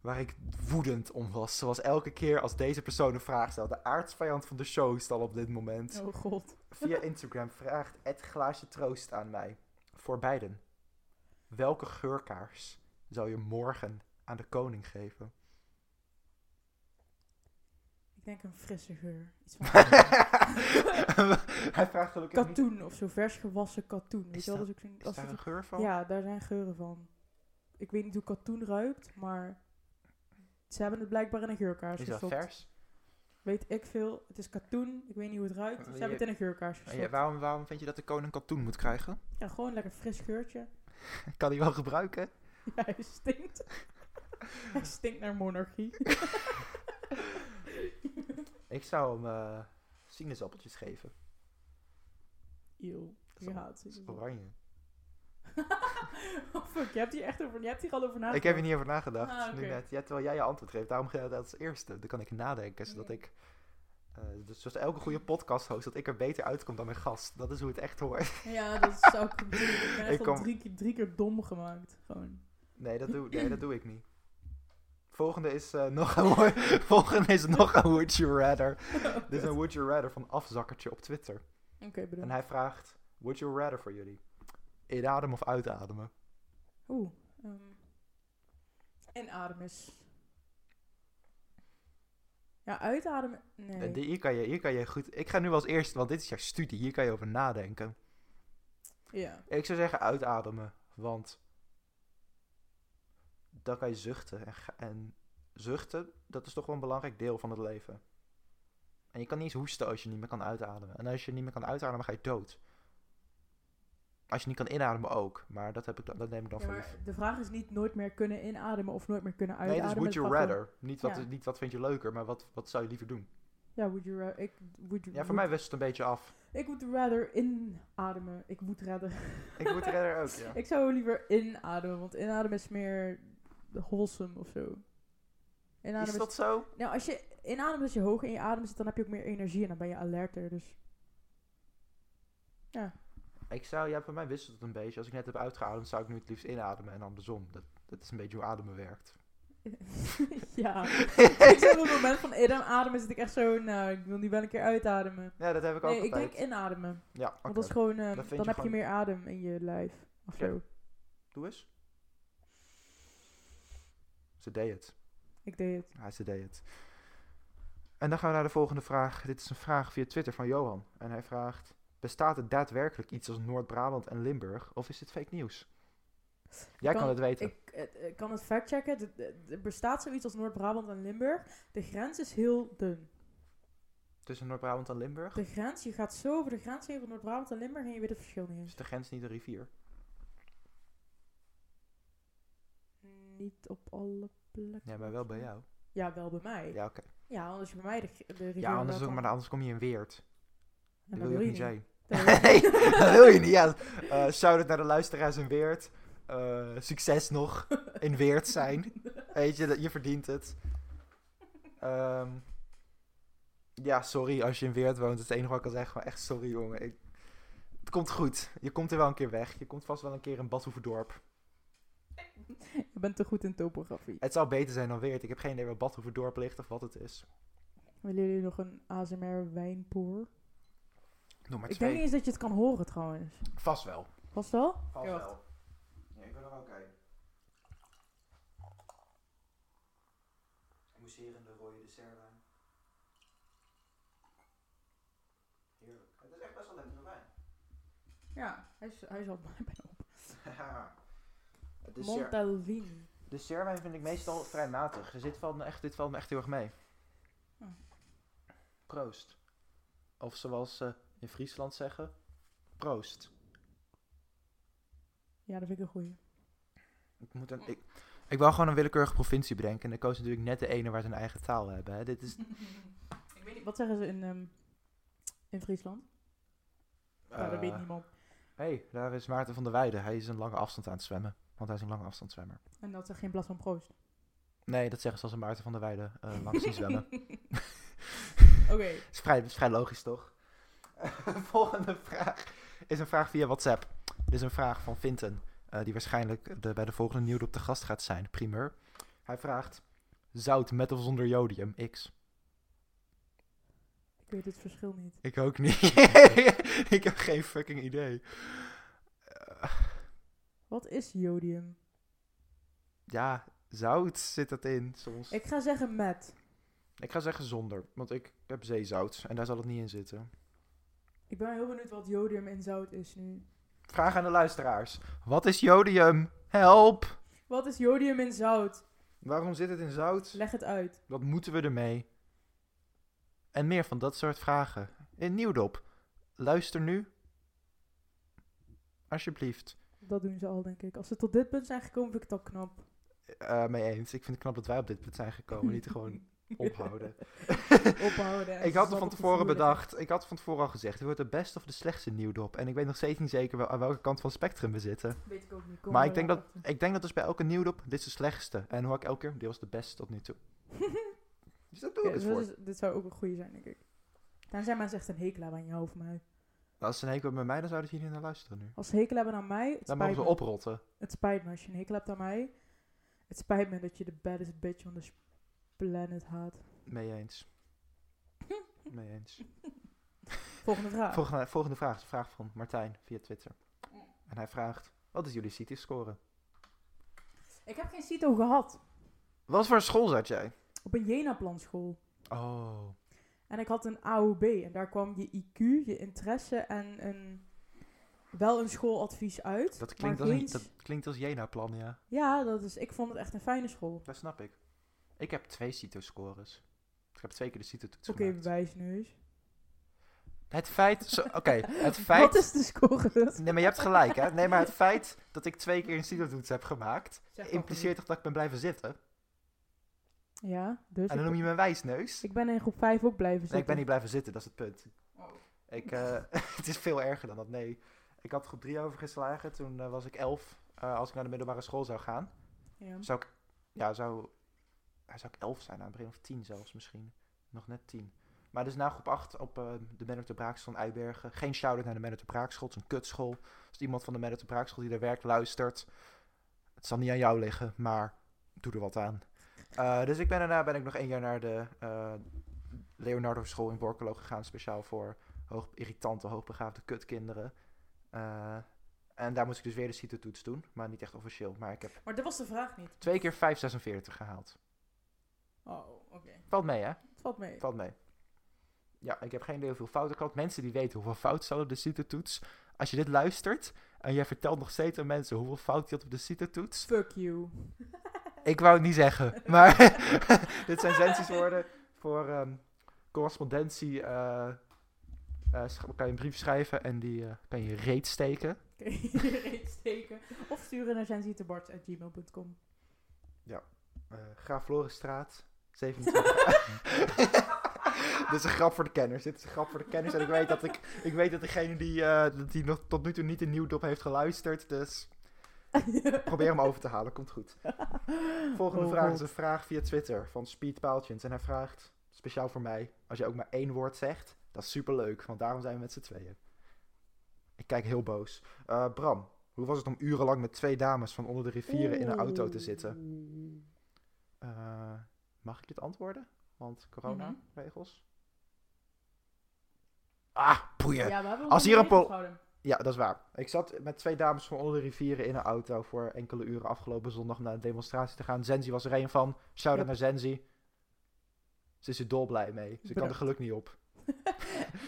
Waar ik woedend om was. Zoals elke keer als deze persoon een vraag stelt. De aardsvijand van de show is al op dit moment.
Oh god.
Via Instagram vraagt het glaasje troost aan mij. Voor beiden. Welke geurkaars zou je morgen aan de koning geven?
Ik denk een frisse geur. Iets van
Hij vraagt gelukkig niet...
katoen of zo vers gewassen katoen. Weet
Is
je wel,
dat-
dat is ook zo'n-
Is
als
daar
het
een geur van?
zo- Ja, daar zijn geuren van. Ik weet niet hoe katoen ruikt, maar ze hebben het blijkbaar in een geurkaars
Is dat
gestopt.
vers?
Weet ik veel. Het is katoen. Ik weet niet hoe het ruikt. Ze
Maar
hebben
je-
het in een geurkaars
Ja,
gestopt.
waarom, waarom vind je dat de koning katoen moet krijgen?
Ja, gewoon een lekker fris geurtje.
Kan hij wel gebruiken?
Ja, hij stinkt. hij stinkt naar monarchie.
Ik zou hem eh, sinaasappeltjes geven.
Eeuw.
Dat is
Je
al-
haat
dat is
ze.
oranje.
Oh, fuck, je hebt hier echt over, je hebt hier al over nagedacht.
Ik heb hier niet over nagedacht.
Ah,
nu
oké.
net. Ja, terwijl jij je antwoord geeft, daarom ga ik dat als eerste. Dan kan ik nadenken, zodat
Oké.
ik... eh, dus zoals elke goede podcast host, dat ik er beter uitkom dan mijn gast. Dat is hoe het echt hoort.
Ja, dat zou ik doen. Ik ben
Ik
echt al
kom-
drie, keer- drie keer dom gemaakt. Gewoon.
Nee, dat doe, nee, dat doe ik niet. Volgende is eh, nog een woord- Volgende is nog een Would You Rather.
Oh,
Dit is een Would You Rather van Afzakkertje op Twitter.
Oké, bedoel.
En hij vraagt, would you rather voor jullie? Inademen of uitademen?
Oeh. ehm, en ademen. is- Ja, uitademen. Nee.
En die, hier, kan je, hier kan je goed... Ik ga nu als eerste, want dit is jouw studie. Hier kan je over nadenken.
Ja.
Ik zou zeggen uitademen, want... Dan kan je zuchten. En, ga- en zuchten, dat is toch wel een belangrijk deel van het leven. En je kan niet eens hoesten als je niet meer kan uitademen. En als je niet meer kan uitademen, ga je dood. Als je niet kan inademen ook. Maar dat, heb ik, dan- dat neem ik dan
Ja,
voor lief.
maar de vraag is niet nooit meer kunnen inademen of nooit meer kunnen
Nee,
uitademen.
dus would you
Het gaat om-
rather. Niet wat,
Ja.
niet wat vind je leuker, maar wat, wat zou je liever doen?
Ja, would you rather. Ik, would you,
Ja, voor
would-
mij wist het een beetje af.
Ik would rather inademen. Ik moet rather.
Ik moet er ook, ja.
Ik zou liever inademen, want inademen is meer wholesome of zo. Inademen
Is dat zo?
Nou, als je inademt, als je hoog in je adem zit, dan heb je ook meer energie en dan ben je alerter. Dus
Ik zou, ja, voor mij wist het een beetje. Als ik net heb uitgeademd, zou ik nu het liefst inademen en andersom. Dat, dat is een beetje hoe ademen werkt.
ja. ik zit op het moment van inademen, zit ik echt zo, nou, ik wil nu wel een keer uitademen.
Ja, dat heb ik ook
Nee, ik
altijd.
denk inademen.
Ja, oké.
Want dat is gewoon,
Dat
eh,
vind
dan
je
heb
gewoon-
je meer adem in je lijf. Of
Oké.
zo.
Doe eens. Ze deed het.
Ik deed het.
Ja, ze deed het. En dan gaan we naar de volgende vraag. Dit is een vraag via Twitter van Johan. En hij vraagt... Bestaat er daadwerkelijk iets als Noord-Brabant en Limburg? Of is dit fake nieuws? Jij kan,
kan-
het weten.
Ik, eh, eh, kan het factchecken. De- de- Er bestaat zoiets als Noord-Brabant en Limburg. De grens is heel dun.
Tussen Noord-Brabant en Limburg?
De grens, je gaat zo over de grens heen van Noord-Brabant en Limburg en je weet het verschil niet
Is
eens.
de grens niet een rivier?
Niet op alle plekken.
Ja, maar wel bij jou.
Ja, wel bij mij.
Ja, oké.
Ja, anders je bij mij de, de rivier
Ja, anders,
gaat
ook,
dan-
maar anders kom je in Weert.
Ja,
Dat
maar
wil je ook niet
niet.
zijn.
Dat wil
Nee,
je
dat wil je niet. Ja. Eh shout out naar de luisteraars in Weert. Eh, succes nog in Weert zijn. Weet je, dat- je verdient het. Ehm, ja, sorry als je in Weert woont. Dat is het enige wat ik kan zeggen. Maar echt sorry, jongen. Ik- het komt goed. Je komt er wel een keer weg. Je komt vast wel een keer in Badhoevedorp.
niet. Je bent te goed in topografie.
Het zou beter zijn dan Weert. Ik heb geen idee waar Badhoevedorp ligt of wat het is. Eh.
Willen jullie nog een ASMR wijnpoor?
Noem maar
Ik
twee.
denk niet eens dat je het kan horen trouwens.
Vast wel.
Was wel?
Vast
Ja,
wel. Ja, ik ben er ook een. Mousserende rode dessertwijn. Heerlijk. Het is echt best wel lekker wijn.
Ja, hij is, hij is al bijna op.
Haha. het de, ser-
Montalvin.
de serum vind ik meestal vrij matig. Dus dit valt me echt, dit valt me echt heel erg mee.
Hm.
Proost. Of zoals ze in Friesland zeggen, proost.
Ja, dat vind ik een goeie.
Ik, moet een, ik, ik wou gewoon een willekeurige provincie bedenken. En ik koos natuurlijk net de ene waar ze een eigen taal hebben. Hè. Dit is
ik weet niet
Wat zeggen ze in, ehm, in Friesland? nou, dat
Eh,
weet niemand.
hey, daar is Maarten van der Weijden. Hij is een lange afstand aan het zwemmen. Want hij is een lange afstandszwemmer.
En dat ze geen plaats van proost.
Nee, dat zeggen ze als een Maarten van der Weijden eh, langs zien zwemmen.
Oké.
is vrij, is vrij logisch, toch? Volgende vraag is een vraag via WhatsApp. Dit is een vraag van Vinten, eh, die waarschijnlijk de, bij de volgende nieuwde op de gast gaat zijn, primeur. Hij vraagt, zout met of zonder jodium, X?
Ik weet het verschil niet.
Ik ook niet. ik heb geen fucking idee. Eh,
Wat is jodium?
ja, zout zit dat in soms. Ik...
Ik ga zeggen met.
ga zeggen zonder, want ik heb zeezout en daar zal het niet in zitten.
Ik ben heel benieuwd wat jodium in zout is nu.
Vraag aan de luisteraars. Wat is jodium? Help!
Wat is jodium in zout?
Waarom zit het in zout?
Leg het uit.
Wat moeten we ermee? En meer van dat soort vragen. In Nieuwdop. Luister nu. Alsjeblieft.
Dat doen ze al, denk ik. Als ze tot dit punt zijn gekomen, vind ik het al knap.
Eh, mee eens. Ik vind het knap dat wij op dit punt zijn gekomen. Niet gewoon ophouden.
Ophouden. en
ik had
ze
het van
op de
tevoren
vloer
bedacht. Ik had het van tevoren al gezegd. Het wordt de beste of de slechtste Nieuwdop. En ik weet nog steeds niet zeker wel- aan welke kant van het spectrum we zitten.
leggen. Weet ik ook niet. Kom
Maar
er
ik denk,
wel
dat,
achter.
ik denk dat dus bij elke Nieuwdop, dit is de slechtste. En hoe ik elke keer, dit was de beste tot nu toe. Dus dat doe ik
Ja,
het
dat
voor.
is- dit zou ook een goede zijn, denk ik. Tenzij mensen echt een hekel hebben aan jou of mij.
Als ze een hekel hebben met mij, dan zouden ze hier niet naar luisteren nu.
Als ze hekel hebben aan mij, het
Dan mogen
spijt,
ze
me.
oprotten.
het spijt me als je een hekel hebt aan mij. Het spijt me dat je de baddest bitch on this planet haat.
Mee eens. Mee eens.
Volgende vraag.
Volgende, volgende vraag is een vraag van Martijn via Twitter. En hij vraagt, wat is jullie CITES-score?
ik heb geen CITO gehad.
Wat voor school zat jij?
Op een Jena-planschool.
Oh.
En ik had een AOB. En daar kwam je IQ, je interesse en een, wel een schooladvies
Dat
uit. maar
klinkt als, een,
geen-
dat klinkt als Jena-plan, ja.
Ja, dat is, ik vond het echt een fijne school.
Dat snap ik. Ik heb twee CITES-scores. Ik heb twee keer de CITES-toets
Oké,
gemaakt.
wijsneus.
Het feit... zo- Oké, het feit...
Wat is de score?
Nee, maar je hebt gelijk, hè? Nee, maar het feit dat ik twee keer een CITES-toets heb gemaakt... impliceert toch dat ik ben blijven zitten?
Ja, dus
En dan
ik,
noem je mijn wijsneus?
ik ben in groep 5 ook blijven zitten.
Nee, ik ben niet blijven zitten, dat is het punt.
Oh.
Ik, eh, het is veel erger dan dat, nee. Ik had groep 3 overgeslagen, toen eh, was ik 11. Eh, als ik naar de middelbare school zou gaan,
Ja.
zou ik, ja, zou, ja, zou ik 11 zijn aan het begin, of 10 zelfs misschien. Nog net 10. Maar dus na groep 8 op eh, de Menno ter Braakschool in Eibergen. Geen shout-out naar de Menno ter Braakschool, het is een kutschool. Als iemand van de Menno ter Braakschool die daar werkt luistert, het zal niet aan jou liggen, maar doe er wat aan. Eh, dus ik ben daarna ben ik nog één jaar naar de eh, Leonardo School in Borkelo gegaan, speciaal voor hoog, irritante, hoogbegaafde kutkinderen. Eh, en daar moest ik dus weer de CITO-toets doen, maar niet echt officieel. Maar ik heb
Maar dat was de vraag niet.
Twee keer 546 gehaald.
Oh, oké.
Valt mee, hè?
Het valt mee.
Valt mee. Ja, ik heb geen idee hoeveel fouten ik had. Mensen die weten hoeveel fouten ze hadden op de CITO-toets. Als je dit luistert en jij vertelt nog steeds aan mensen hoeveel fouten je had op de CITO-toets.
Fuck you.
Ik wou het niet zeggen, maar dit zijn zensieswoorden voor ehm, correspondentie. eh, eh, sch- kan je een brief schrijven en die eh, kan je in je reet steken.
Oké, je reet steken. Of sturen naar zensietebart.gmail.com.
Eh Graaf Florenstraat, 27. Dit is een grap voor de kenners. Dit is een grap voor de kenners. En ik weet dat, ik, ik weet dat degene die, eh, dat die nog tot nu toe niet in Nieuwdop heeft geluisterd. Dus probeer hem over te halen. Komt goed. Volgende
Oh,
vraag
God.
is een vraag via Twitter van Speed Paaltjens. En hij vraagt, speciaal voor mij, als je ook maar één woord zegt, dat is superleuk. Want daarom zijn we met z'n tweeën. Ik kijk heel boos. Eh, Bram, hoe was het om urenlang met twee dames van onder de rivieren in een auto te zitten? Eh, mag ik dit antwoorden? Want coronaregels. Ah, boeien. Ja.
Ja, we hebben
Als
ons
hier
niet
een pol-
tegengehouden.
dat is waar. Ik zat met twee dames van onder de rivieren in een auto voor enkele uren afgelopen zondag om naar een demonstratie te gaan. Zenzi was er een van. Shout-out
Yep.
naar Zenzi. Ze is er dolblij mee. Ze kan er
Bedankt.
geluk niet op.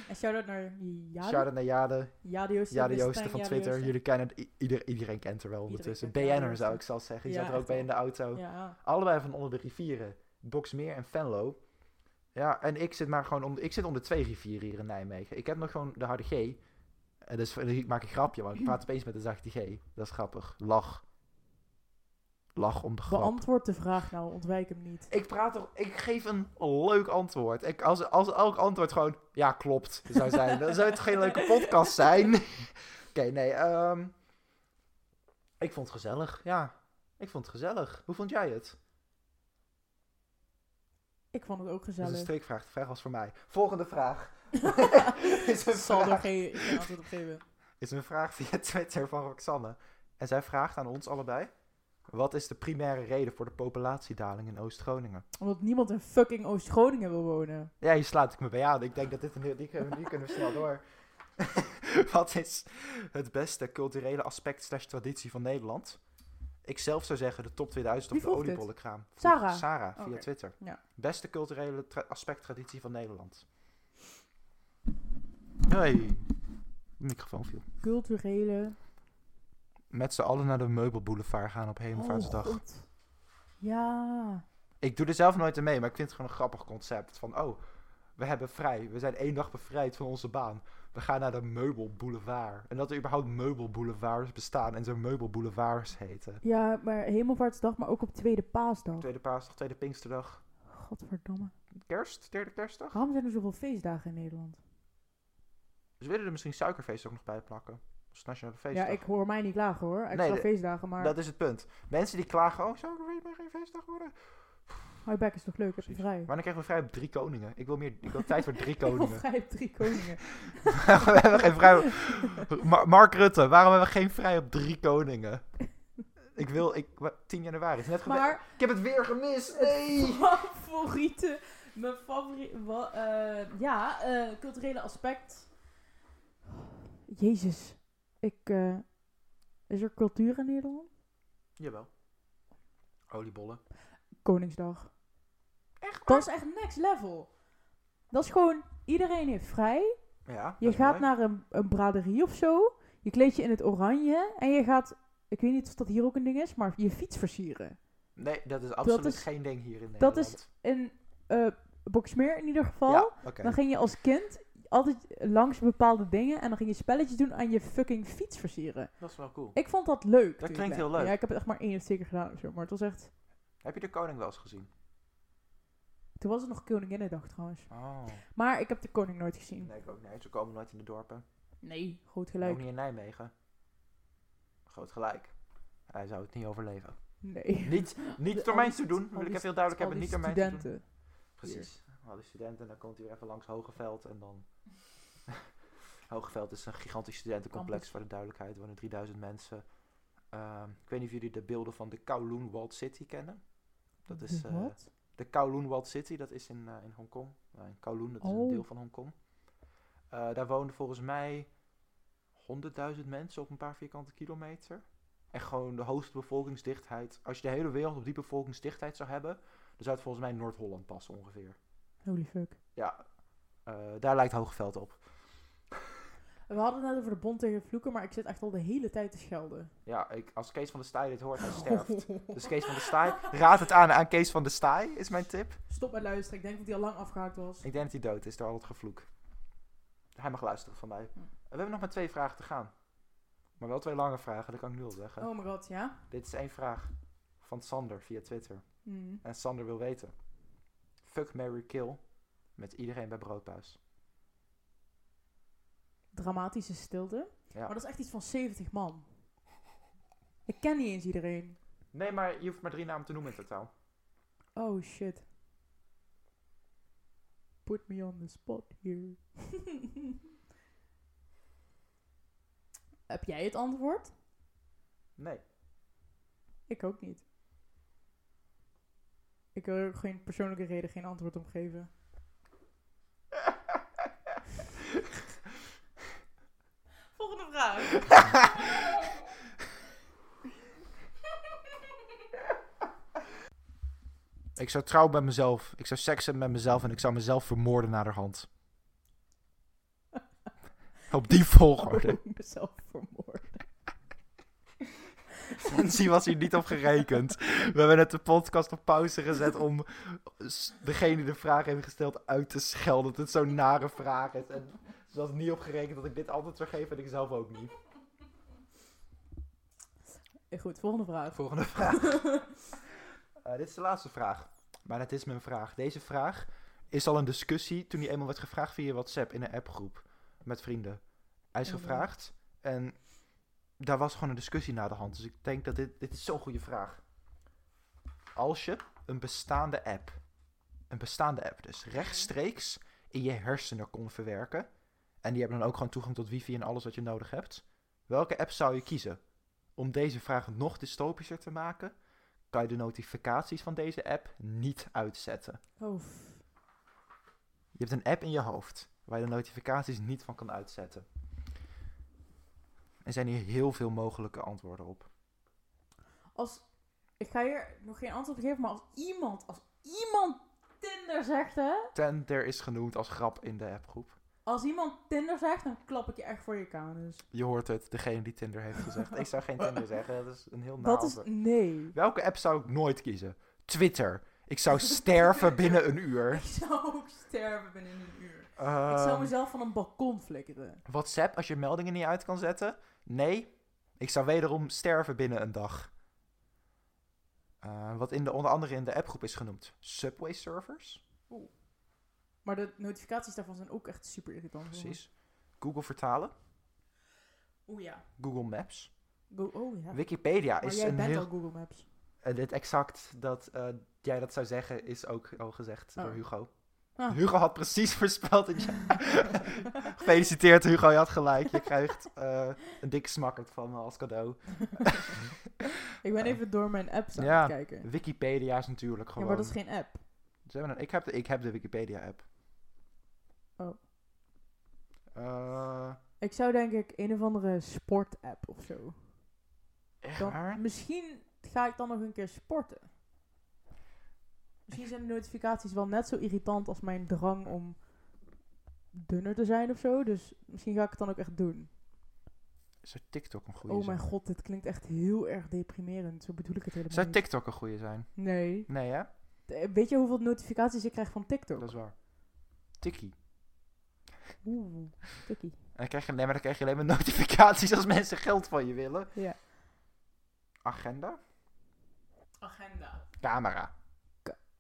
En shout-out naar Jade.
Shout-out naar Jade.
Jade Joosten.
Jade
beste
Joosten
Stijn,
van
Jade
Twitter.
Joosten.
Jullie kennen het. i- Ieder, iedereen kent er wel ondertussen.
kent Jade
BN'er zou
Joosten.
ik zelfs zeggen. Je
Ja,
zat er ook
echt
bij
wel.
in de auto.
Ja.
Allebei van onder de rivieren. Boksmeer en Venlo. Ja, en ik zit maar gewoon om, ik zit om de twee rivieren hier in Nijmegen. Ik heb nog gewoon de harde G. En dus, ik maak een grapje, want ik praat opeens met de zachte G. Dat is grappig. Lach. Lach om de grap.
Beantwoord de vraag nou, ontwijk hem niet.
ik praat toch, ik geef een leuk antwoord. Ik, als, als elk antwoord gewoon, ja klopt, zou zijn. dan zou het geen leuke podcast zijn. Oké, nee. ehm, ik vond het gezellig, ja. Ik vond het gezellig. Hoe vond jij het?
Ik vond het ook
Dat is een
gezellig.
strikvraag. Dus De vraag was voor mij. Volgende vraag. is, een
zal er
vraag
geen geen antwoord op geven.
is een vraag via Twitter van Roxanne. En zij vraagt aan ons allebei. Wat is de primaire reden voor de populatiedaling in Oost-Groningen?
Omdat niemand in fucking Oost-Groningen wil wonen.
Ja, hier slaat ik me bij aan. Ik denk dat dit een heel... Die kunnen, die kunnen we snel door. Wat is het beste culturele aspect slash traditie van Nederland? Ik zelf zou zeggen de top 2000 op
Wie
de
vroeg dit?
oliebollenkraam. Vroeg
Sarah.
Sarah, via
Oké,
Twitter.
ja.
Beste culturele tra- aspect traditie van Nederland. Hey. Microfoon viel.
Culturele...
Met z'n allen naar de meubelboulevard gaan op Hemelvaartsdag.
Oh, God. Ja.
Ik doe er zelf nooit aan mee, maar ik vind het gewoon een grappig concept. Van, oh, we hebben vrij. We zijn één dag bevrijd van onze baan. We gaan naar de meubelboulevard. En dat er überhaupt meubelboulevards bestaan en zo'n meubelboulevards heten.
Ja, maar Hemelvaartsdag, maar ook op Tweede Paasdag.
Tweede paasdag, tweede pinksterdag,
Godverdamme.
kerst, derde kerstdag.
Waarom zijn er zoveel feestdagen in Nederland?
Ze willen er misschien suikerfeest ook nog bij plakken. Als nationale feestdag.
Ja, ik hoor mij niet klagen hoor. Extra
Nee, de-
feestdagen, maar
Dat is het punt. Mensen die klagen, oh, suikerfeest mag geen feestdag worden.
hou je bek is toch leuk, heb je
Precies.
vrij.
Wanneer krijgen we vrij op drie koningen? Ik wil, meer, ik wil tijd voor drie
Ik wil
koningen.
vrij op drie koningen.
we hebben geen vrij. Ma- Mark Rutte, waarom hebben we geen vrij op drie koningen? Ik wil, ik, wa- 10 januari is net geweest.
Maar
Ik heb het weer gemist. Nee.
favoriete, mijn favoriete, ja, eh, culturele aspect. Jezus, ik, eh, is er cultuur in Nederland?
Jawel. Oliebollen.
Koningsdag. Echt? Dat is echt next level. Dat is gewoon, iedereen heeft vrij.
Ja.
Je gaat naar een, een braderie of zo. Je kleed je in het oranje. En je gaat, ik weet niet of dat hier ook een ding is, maar je fiets versieren.
Nee, dat is absoluut
is-
geen ding hier in Nederland.
dat is In eh Boksmeer in ieder geval.
Ja, oké.
Dan ging je als kind altijd langs bepaalde dingen. En dan ging je spelletjes doen aan je fucking fiets versieren.
Dat is wel cool.
Ik vond dat leuk.
Dat
toen ik
klinkt
ben-
heel leuk.
Ja, ik heb het echt maar één of twee keer gedaan of zo. Maar het was echt...
Heb je de koning wel eens gezien?
Toen was het nog Koninginnedag trouwens.
Oh.
Maar ik heb de koning nooit gezien.
Nee, ik ook niet. Ze komen nooit in de dorpen.
Nee, groot
Ook
gelijk.
niet in Nijmegen. Groot gelijk. Hij zou het niet overleven.
Nee.
Niet, niet door
Al
mijn
die
te
stu-
doen.
al
Wil ik
die
even heel duidelijk hebben. Niet door mijn te doen.
studenten.
Precies. Al die studenten, dan komt hij weer even langs Hogeveld en dan... Hogeveld is een gigantisch studentencomplex
Campus.
voor de duidelijkheid. Er wonen 3000 mensen. Ehm, ik weet niet of jullie de beelden van de Kowloon Walled City kennen. Dat is
De
eh,
wat?
de Kowloon Walled City, dat is in, eh, in Hongkong. Eh, in Kowloon, dat is een
Oh.
deel van Hongkong. Eh, daar woonden volgens mij 100.000 mensen op een paar vierkante kilometer. En gewoon de hoogste bevolkingsdichtheid. Als je de hele wereld op die bevolkingsdichtheid zou hebben, dan zou het volgens mij Noord-Holland passen ongeveer.
Holy fuck.
Ja, eh, daar lijkt Hoogveld op.
We hadden het net over de bond tegen vloeken, maar ik zit echt al de hele tijd te schelden.
Ja, ik, als Kees van de Staaij dit hoort, hij sterft. Dus Kees van de Staaij, raad het aan aan Kees van de Staaij, is mijn tip.
Stop met luisteren, ik denk dat hij al lang afgehaakt was.
Ik denk dat hij dood is door al het gevloek. Hij mag luisteren van mij.
Hm.
We hebben nog maar twee vragen te gaan. Maar wel twee lange vragen, dat kan ik nu al zeggen.
Oh my god, ja?
Dit is één vraag van Sander via Twitter.
Mm.
En Sander wil weten. Fuck, Mary kill met iedereen bij Broodbuis.
Dramatische stilte.
Ja.
Maar dat is echt iets van 70 man. Ik ken niet eens iedereen.
Nee, maar je hoeft maar drie namen te noemen in totaal.
Oh shit. Put me on the spot here. Heb jij het antwoord?
Nee.
Ik ook niet. Ik wil er ook geen persoonlijke reden geen antwoord op geven. Volgende vraag.
Ik zou trouw bij mezelf. Ik zou seks hebben met mezelf en ik zou mezelf vermoorden naar de hand. Op die volgorde.
ik mezelf vermoord.
Sensi was hier niet op gerekend. We hebben net de podcast op pauze gezet om s- degene die de vraag heeft gesteld uit te schelden. Dat het zo'n nare vraag is. En ze was niet op gerekend dat ik dit altijd zou geven en ik zelf ook niet.
Eh, Goed, volgende vraag.
Volgende vraag. Eh, dit is de laatste vraag. Maar het is mijn vraag. Deze vraag is al een discussie toen die eenmaal werd gevraagd via WhatsApp in een appgroep met vrienden. Hij is
Oké.
gevraagd en daar was gewoon een discussie na de hand. Dus ik denk dat dit, dit is zo'n goede vraag. Als je een bestaande app, een bestaande app dus, rechtstreeks in je hersenen kon verwerken. En die hebben dan ook gewoon toegang tot wifi en alles wat je nodig hebt. Welke app zou je kiezen? Om deze vraag nog dystopischer te maken, kan je de notificaties van deze app niet uitzetten.
Oh, f-
Je hebt een app in je hoofd waar je de notificaties niet van kan uitzetten. Er zijn hier heel veel mogelijke antwoorden op.
als, ik ga hier nog geen antwoord op geven, maar als iemand, als iemand Tinder zegt, hè?
Tender is genoemd als grap in de appgroep.
Als iemand Tinder zegt, dan klap ik je echt voor je dus. kanus.
Je hoort het, degene die Tinder heeft gezegd. ik zou geen Tinder zeggen, Nou, dat is een heel naal.
Dat is, nee.
Welke app zou ik nooit kiezen? Twitter. Ik zou sterven binnen een uur.
Ik zou ook sterven binnen een uur. ik zou
Ehm,
mezelf van een balkon flikkeren.
WhatsApp, als je meldingen niet uit kan zetten? Nee, ik zou wederom sterven binnen een dag. Eh, wat in de, onder andere in de appgroep is genoemd. Subway servers,
Maar de notificaties daarvan zijn ook echt super irritant.
precies. Google vertalen,
Oeh ja.
Google Maps.
Go- oh ja.
Wikipedia
maar
is
jij
een
bent
heel...
al Google Maps.
Eh, dit exact dat eh, jij dat zou zeggen is ook al gezegd
Oh.
door Hugo.
Ah.
Hugo had precies voorspeld dat jij... Gefeliciteerd Hugo, je had gelijk. Je krijgt eh, een dikke smakkerd van me als cadeau.
Ik ben
Ja.
even door mijn apps aan
eh. Ja.
het kijken.
Wikipedia is natuurlijk gewoon...
Ja, maar dat is geen app.
Ze hebben een- ik, heb de, ik heb de Wikipedia-app.
Oh.
Eh,
Ik zou denk ik een of andere sportapp of zo.
echt
Dan-
waar?
misschien ga ik dan nog een keer sporten. Misschien zijn de notificaties wel net zo irritant als mijn drang om dunner te zijn of zo. Dus misschien ga ik het dan ook echt doen.
Zou TikTok een goede
oh
zijn?
mijn god, dit klinkt echt heel erg deprimerend. Zo bedoel ik het helemaal
Zou
niet.
TikTok een goede zijn?
Nee.
Nee, hè?
Eh, Weet je hoeveel notificaties ik krijg van TikTok?
Dat is waar. Tikkie.
Oeh, tikkie.
En dan krijg je, nee, maar dan krijg je alleen maar notificaties als mensen geld van je willen.
Ja.
Agenda?
Agenda.
Camera.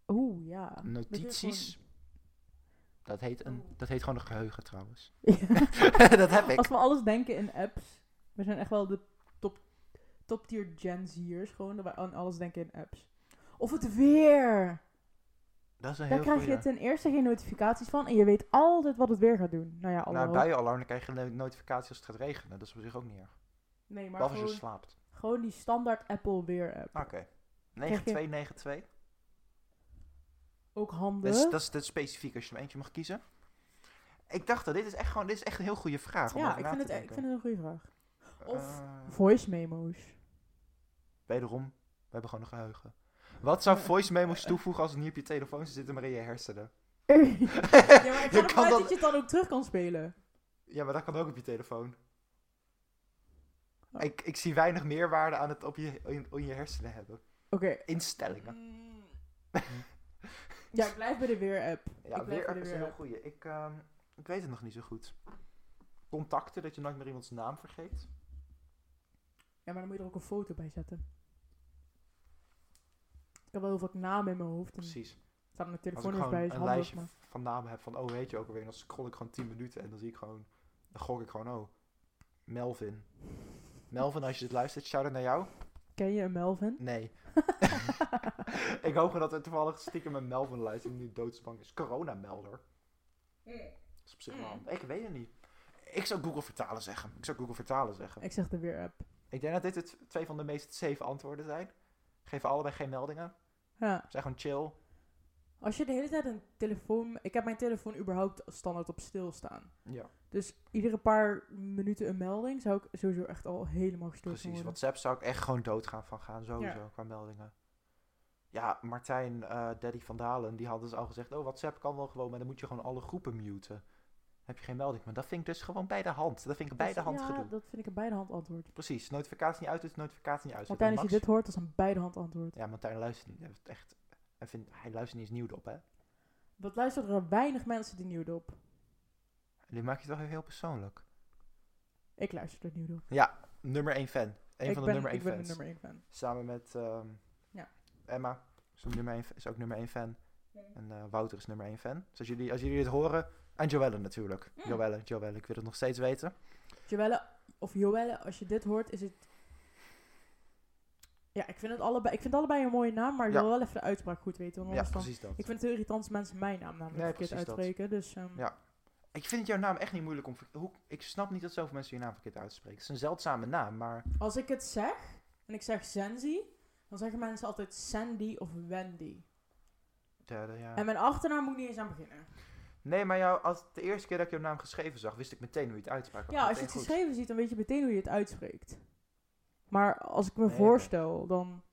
Oeh, ja.
Notities. Dat heet, een, dat heet gewoon een geheugen trouwens.
Ja.
dat heb ik.
Oh. Als we alles denken in apps. We zijn echt wel de top, top tier Gen Z'ers. Gewoon dat we aan alles denken in apps. Of het weer.
Dat is een
Daar
heel
krijg je
goeie.
ten eerste geen notificaties van. En je weet altijd wat het weer gaat doen. Nou ja,
Na een
allemaal.
buienalarm dan krijg je een notificatie als het gaat regenen. Dat is op zich ook niet erg.
nee, maar
Behalve als je
gewoon,
slaapt.
gewoon die standaard Apple weer app.
Oké.
Krijg je-
9292.
Ook
Dat is,
handig.
dat, is, dat is specifiek als je er eentje mag kiezen. Ik dacht dat dit is echt gewoon dit is echt een heel goede vraag. om
ja,
over
ik
na
vind,
te
het, e- ik
denken.
vind het een goede vraag. of-
Eh,
Voice memo's.
wederom, we hebben gewoon een geheugen. Wat zou
Ja.
voice memos toevoegen als het niet op je telefoon zit, zitten, maar in je hersenen?
ja, maar ik ga
Je
ervan
kan
uit
dat-
dat je het dan ook terug kan spelen.
Ja, maar dat kan ook op je telefoon.
Oh.
Ik, ik zie weinig meerwaarde aan het op je, in, in je hersenen hebben.
Oké.
Instellingen.
Mm. ja, ik blijf bij de weer-app.
Ja,
ik blijf
weer
bij
app
de
is een heel
weer-app.
goeie. Ik, ehm, ik weet het nog niet zo goed. Contacten, dat je nooit meer iemands naam vergeet.
Mm. Ja, maar dan moet je er ook een foto bij zetten. Ik heb wel heel vaak namen in mijn hoofd. En er
Precies.
staan mijn
Als ik
telefoon
gewoon
eens bij, is
een
handig.
lijstje
Maar...
van namen heb van, oh weet je ook alweer, en dan scroll ik gewoon 10 minuten en dan zie ik gewoon, dan gok ik gewoon, oh, Melvin. Melvin, als je dit luistert, shout-out naar jou.
Ken je een Melvin?
Nee. ik hoop gewoon dat er toevallig stiekem een Melvin luistert die nu doodsbang is. Corona-melder. Dat is op zich wel handig. Ik weet het niet. Ik zou Google vertalen zeggen. Ik zou Google vertalen zeggen.
Ik zeg de weer-app.
Ik denk dat dit de t- twee van de meest safe antwoorden zijn. Geven allebei geen meldingen.
Ja.
Zijn gewoon chill.
Als je de hele tijd een telefoon... Ik heb mijn telefoon überhaupt standaard op stilstaan.
Ja,
Dus iedere paar minuten een melding zou ik sowieso echt al helemaal gestoord van
precies.
worden.
WhatsApp zou ik echt gewoon doodgaan van gaan, sowieso, qua meldingen. Ja, Martijn, dus eh, Daddy van Dalen, die hadden ze al gezegd, oh, WhatsApp kan wel gewoon, maar dan moet je gewoon alle groepen muten. heb je geen melding. Maar dat vind ik dus gewoon bij de hand. Dat vind ik bij de hand
Dus ja,
gedoe.
dat vind ik een beide hand antwoord.
Precies, notificatie niet uit, dus notificatie niet uit.
Martijn, als je dit hoort, dat is een beide hand antwoord.
Ja, Martijn luistert niet. Hij heeft Echt, hij, vindt, hij luistert niet eens nieuw op, hè?
Wat luisteren er weinig mensen die nieuw op?
Die maak je toch even heel persoonlijk.
Ik luister er nieuw op.
Nummer 1 fan. Een van
ik
de
ben,
nummer 1
ik ben de
fans.
nummer 1 fan.
Samen met ehm,
Ja.
Emma. Is ook, nummer 1, is ook nummer 1 fan. En eh, Wouter is nummer 1 fan. Dus als jullie, als jullie dit horen. En Joelle natuurlijk.
Mm.
Joelle, Joelle, ik wil het nog steeds weten.
Joelle, of Joelle, als je dit hoort, is het... Ja, ik vind het allebei, ik vind het allebei een mooie naam, maar ik
Ja.
wil wel even de uitspraak goed weten. Want
ja,
anders dan-
precies dat.
Ik
Ik
vind het heel irritant als mensen mijn naam namelijk
Nee,
verkeerd
precies dat.
uitspreken. Dus ehm,
Ja. vind jouw naam echt niet moeilijk om. ver- Hoe, ik snap niet dat zoveel mensen je naam verkeerd uitspreken. Het is een zeldzame naam, maar.
als ik het zeg, en ik zeg Zenzi, dan zeggen mensen altijd Sandy of Wendy.
Ja, ja.
En mijn achternaam moet ik niet eens aan beginnen.
Nee, maar jou, als, de eerste keer dat ik jouw naam geschreven zag, wist ik meteen hoe je het uitsprak.
Ja, als je
Meteen
het
goed.
geschreven ziet, dan weet je meteen hoe je het uitspreekt. Maar als ik me
Nee,
voorstel, dan...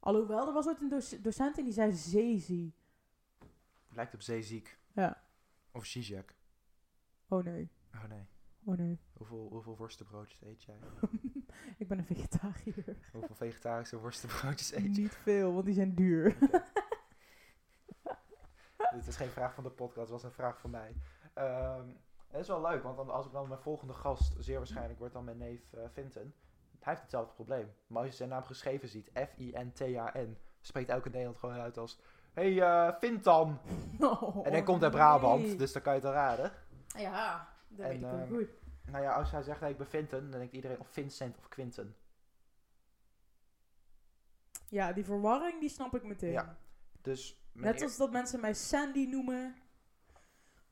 Alhoewel, er was ooit een doc- docent en die zei Zezi.
Lijkt op zeeziek.
Ja.
Of Zizek.
Oh nee,
Oh nee.
oh nee.
Hoeveel, hoeveel worstenbroodjes eet jij?
ik ben een vegetariër.
Hoeveel vegetarische worstenbroodjes eet je?
Niet veel, want die zijn duur.
Dit is geen vraag van de podcast, het was een vraag van mij. Ehm, het is wel leuk, want dan, als ik dan mijn volgende gast, zeer waarschijnlijk wordt dan mijn neef eh, Vinten. Hij heeft hetzelfde probleem. Maar als je zijn naam geschreven ziet, F-I-N-T-A-N, spreekt elke Nederland gewoon uit als... Hé, hey, eh Vintan!
Oh,
en hij komt uit
nee.
Brabant, dus dan kan je het al raden.
Ja, dat
En,
weet ik wel
ehm,
goed.
Nou ja, als hij zegt, hey, ik ben Vinten, dan denkt iedereen of Vincent of Quinten.
Ja, die verwarring die snap ik meteen.
Ja, Dus... mijn
Net
eer-
als dat mensen mij Sandy noemen.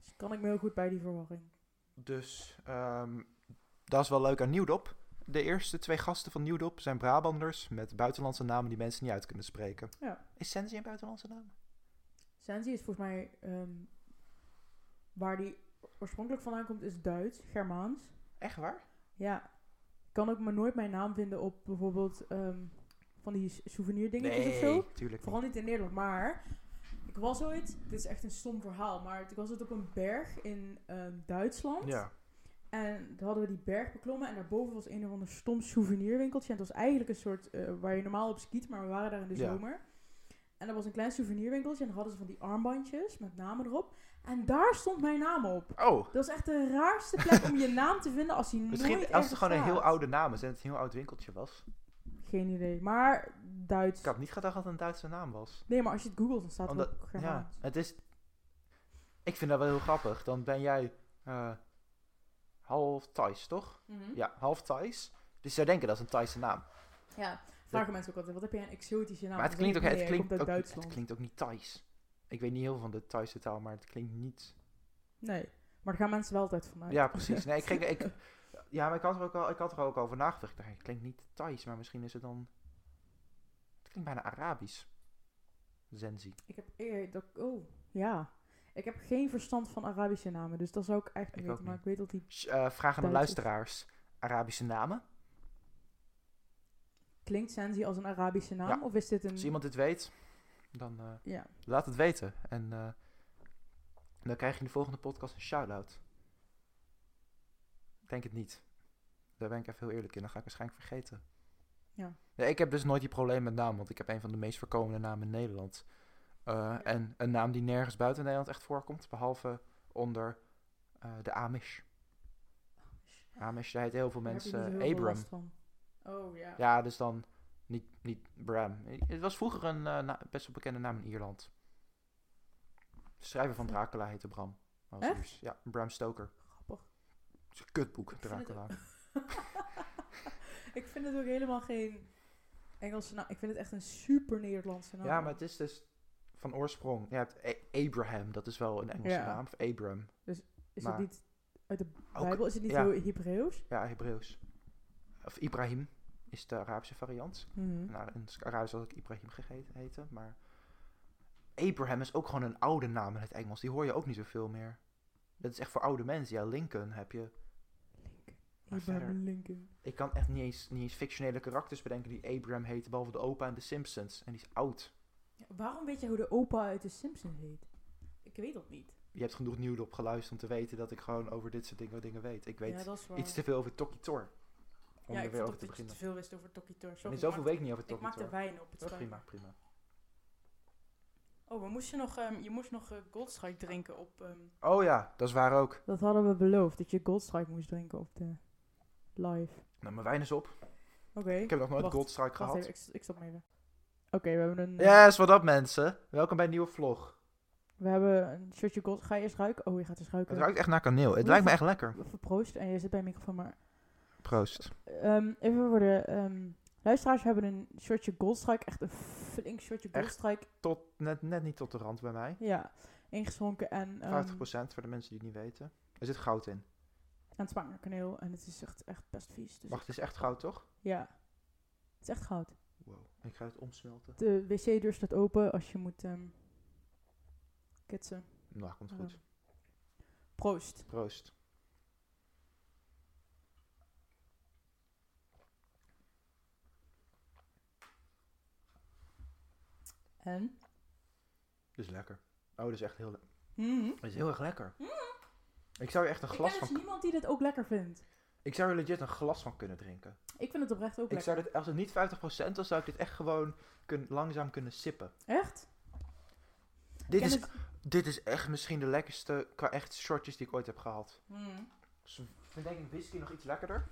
Dus kan ik me heel goed bij die verwarring.
Dus ehm, dat is wel leuk aan Nieuwdop. De eerste twee gasten van Nieuwdop zijn Brabanders met buitenlandse namen die mensen niet uit kunnen spreken.
Ja.
Is Sensi een buitenlandse naam?
Sandy is volgens mij ehm, waar die oorspronkelijk vandaan komt, is Duits, Germaans.
Echt waar?
Ja. Ik kan ook maar nooit mijn naam vinden op bijvoorbeeld ehm, van die s- souvenirdingetjes of zo.
tuurlijk
Vooral
niet.
niet in Nederland, maar ik was ooit, dit is echt een stom verhaal, maar ik was ooit op een berg in ehm, Duitsland.
Ja.
En toen hadden we die berg beklommen en daarboven was een of ander stom souvenirwinkeltje. En het was eigenlijk een soort eh, waar je normaal op skiet, maar we waren daar in de
Ja.
zomer. En er was een klein souvenirwinkeltje en daar hadden ze van die armbandjes met namen erop. En daar stond mijn naam op.
Oh,
Dat is echt de raarste plek om je naam te vinden als die nooit
misschien als het
ergens
gewoon een heel
staat.
oude naam is en het een heel oud winkeltje was.
Geen idee, maar Duits.
Ik had niet gedacht dat het een Duitse naam was.
Nee, maar als je het googelt, dan staat er
Omdat-
ook Germaans.
Ja, het is... Ik vind dat wel heel grappig. Dan ben jij eh, half Thais, toch?
Mhm.
Ja, half Thais. Dus zij denken dat is een Thaise naam.
Ja, vragen mensen ook altijd, wat heb jij een exotische naam?
maar het
Dan zeg
klinkt, ook,
Nou,
het,
ik, nee, ik
klinkt
kom
ook,
uit
het
Duitsland.
klinkt ook niet Thais. Ik weet niet heel veel van de Thaise taal, maar het klinkt niet...
Nee, maar daar gaan mensen wel altijd vanuit.
Ja, precies. Nee, ik, ging, ik, ja, maar ik had er ook, al, ik had er ook over nagedacht. Ik dacht, Het klinkt niet Thais, maar misschien is het dan... Het klinkt bijna Arabisch. Zenzi.
Ik heb eer, dat, oh, ja. Ik heb geen verstand van Arabische namen, dus dat zou ik echt niet
Ik ook
weten. Maar ik weet dat die
Sh- eh, vraag aan de
Duits-
luisteraars. Arabische namen.
klinkt Sensi als een Arabische naam,
Ja.
of is dit een...
Als iemand dit weet, dan eh,
Ja,
laat het weten. En eh, dan krijg je in de volgende podcast een shout-out. Ik denk het niet. Daar ben ik even heel eerlijk in. Dan ga ik waarschijnlijk vergeten.
Ja.
Nee, ik heb dus nooit die probleem met naam, want ik heb een van de meest voorkomende namen in Nederland. Eh, En een naam die nergens buiten Nederland echt voorkomt, behalve onder eh, de Amish. Amish, daar heet heel veel
daar heb je
mensen eh,
niet heel veel
Abram.
last van. Oh, ja.
Ja, dus dan niet, niet Bram. Het was vroeger een eh, na- best wel bekende naam in Ierland. De schrijver van Dracula heette Bram. Als
Hm. Echt?
eerste. Ja, Bram Stoker.
Grappig.
Het is een kutboek,
vind het
Dracula.
ik vind het ook helemaal geen Engelse naam. Ik vind het echt een super Nederlandse naam.
Ja, maar het is dus van oorsprong. Je hebt A- Abraham, dat is wel een Engelse
Ja.
naam. Of Abram.
Is
maar-
dat niet uit de
Ook-
Bijbel? Is het niet
ja.
heel Hebreeuws?
Ja, Hebreeuws. Of Ibrahim is de Arabische variant.
Mhm.
Nou, in het Arabisch had ik Ibrahim gegeten, heten, maar... Abraham is ook gewoon een oude naam in het Engels. Die hoor je ook niet zoveel meer. Dat is echt voor oude mensen. Ja, Lincoln heb je.
Lincoln.
Maar
Abraham
verder-
Lincoln.
Ik kan echt niet eens, niet eens fictionele karakters bedenken die Abraham heten, behalve de opa en de Simpsons. En die is oud.
Ja, waarom weet je hoe de opa uit de Simpsons heet? Ik weet dat niet.
je hebt genoeg nieuws op geluisterd om te weten dat ik gewoon over dit soort dingen, dingen weet. Ik weet
ja, dat is waar.
iets te veel over Toki Tor. Om
ja,
er
ik
weer
vond
over
ook
te
dat je
beginnen.
te veel wist over Toki Tor.
En
Sorry,
in
ik
zoveel
maak-
weet ik niet over
Ik
Toki
maak de
Tor.
wijn op,
Dat
het
is
spijt
prima,
me.
prima.
Oh, maar moest je, nog, ehm, je moest nog eh, Goldstrike drinken op... ehm,
Oh ja, dat is waar ook.
Dat hadden we beloofd, dat je Goldstrike moest drinken op de live.
Nou, mijn wijn is op.
Oké.
Ik heb nog nooit
Wacht,
Goldstrike
Wacht
gehad.
even, ik, ik stop me even. Oké, we hebben een... eh,
Yes, wat up mensen? Welkom bij een nieuwe vlog.
We hebben een shirtje gold. Ga je eerst ruiken? Oh, je gaat eens ruiken.
Het ruikt echt naar kaneel. Het
Moet
lijkt me
je-
echt lekker.
Even proost. En je zit bij de microfoon, maar...
Proost.
Ehm, even voor de ehm, luisteraars. We hebben een shirtje goldstrike. Echt een flink shirtje
Echt?
goldstrike.
Tot, net, net niet tot de rand bij mij.
Ja, ingeschonken en... ehm,
50% voor de mensen die het niet weten. Er zit goud in.
En het smaakt naar kaneel. En het is echt, echt best vies. Dus
Wacht, het is echt goud toch?
ja. Het is echt goud.
Wow. Ik ga het omsmelten.
De wc-deur staat open als je moet ehm kitsen.
Nou,
Oh.
komt goed.
Proost.
Proost.
En?
Dit is lekker. Oh, dit is echt heel, le-
Mhm.
dit is heel erg lekker. Ik zou er echt een
Ik
glas
ken dus
van...
niemand die dit ook lekker vindt.
Ik zou er legit een glas van kunnen drinken.
Ik vind het oprecht ook
Ik
lekker.
zou dit, als het niet 50% was, zou ik dit echt gewoon kun, langzaam kunnen sippen.
Echt?
Dit
Ken
is,
het-
dit is echt misschien de lekkerste qua echt shortjes die ik ooit heb gehad.
Mhm.
Dus ik vind denk ik whisky nog iets lekkerder.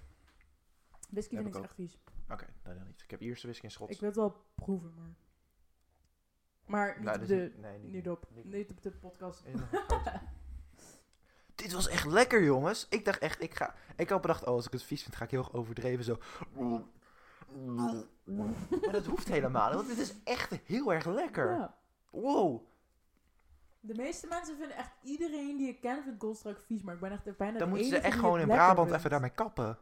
Whisky
Heb
vind
ik
ik
ook.
echt vies.
Oké, dat dan niet. Ik heb Ierse whisky en Schots.
Ik wil het wel proeven, maar... Maar niet
Nou,
op
dat is
de...
niet- nee, niet,
Niet op,
niet-
niet op de podcast.
Is nog een grote. Dit was echt lekker, jongens. Ik dacht echt, ik ga... Ik had bedacht, oh, als ik het vies vind, ga ik heel erg overdreven zo... Maar dat hoeft helemaal niet, want dit is echt heel erg lekker.
Ja.
Wow,
De meeste mensen vinden echt... Iedereen die ik ken vindt Goldstrike vies, maar ik ben echt bijna
dan
de
moeten
enige
ze echt
die
gewoon
het
in
lekker
Brabant
vindt.
even daarmee kappen.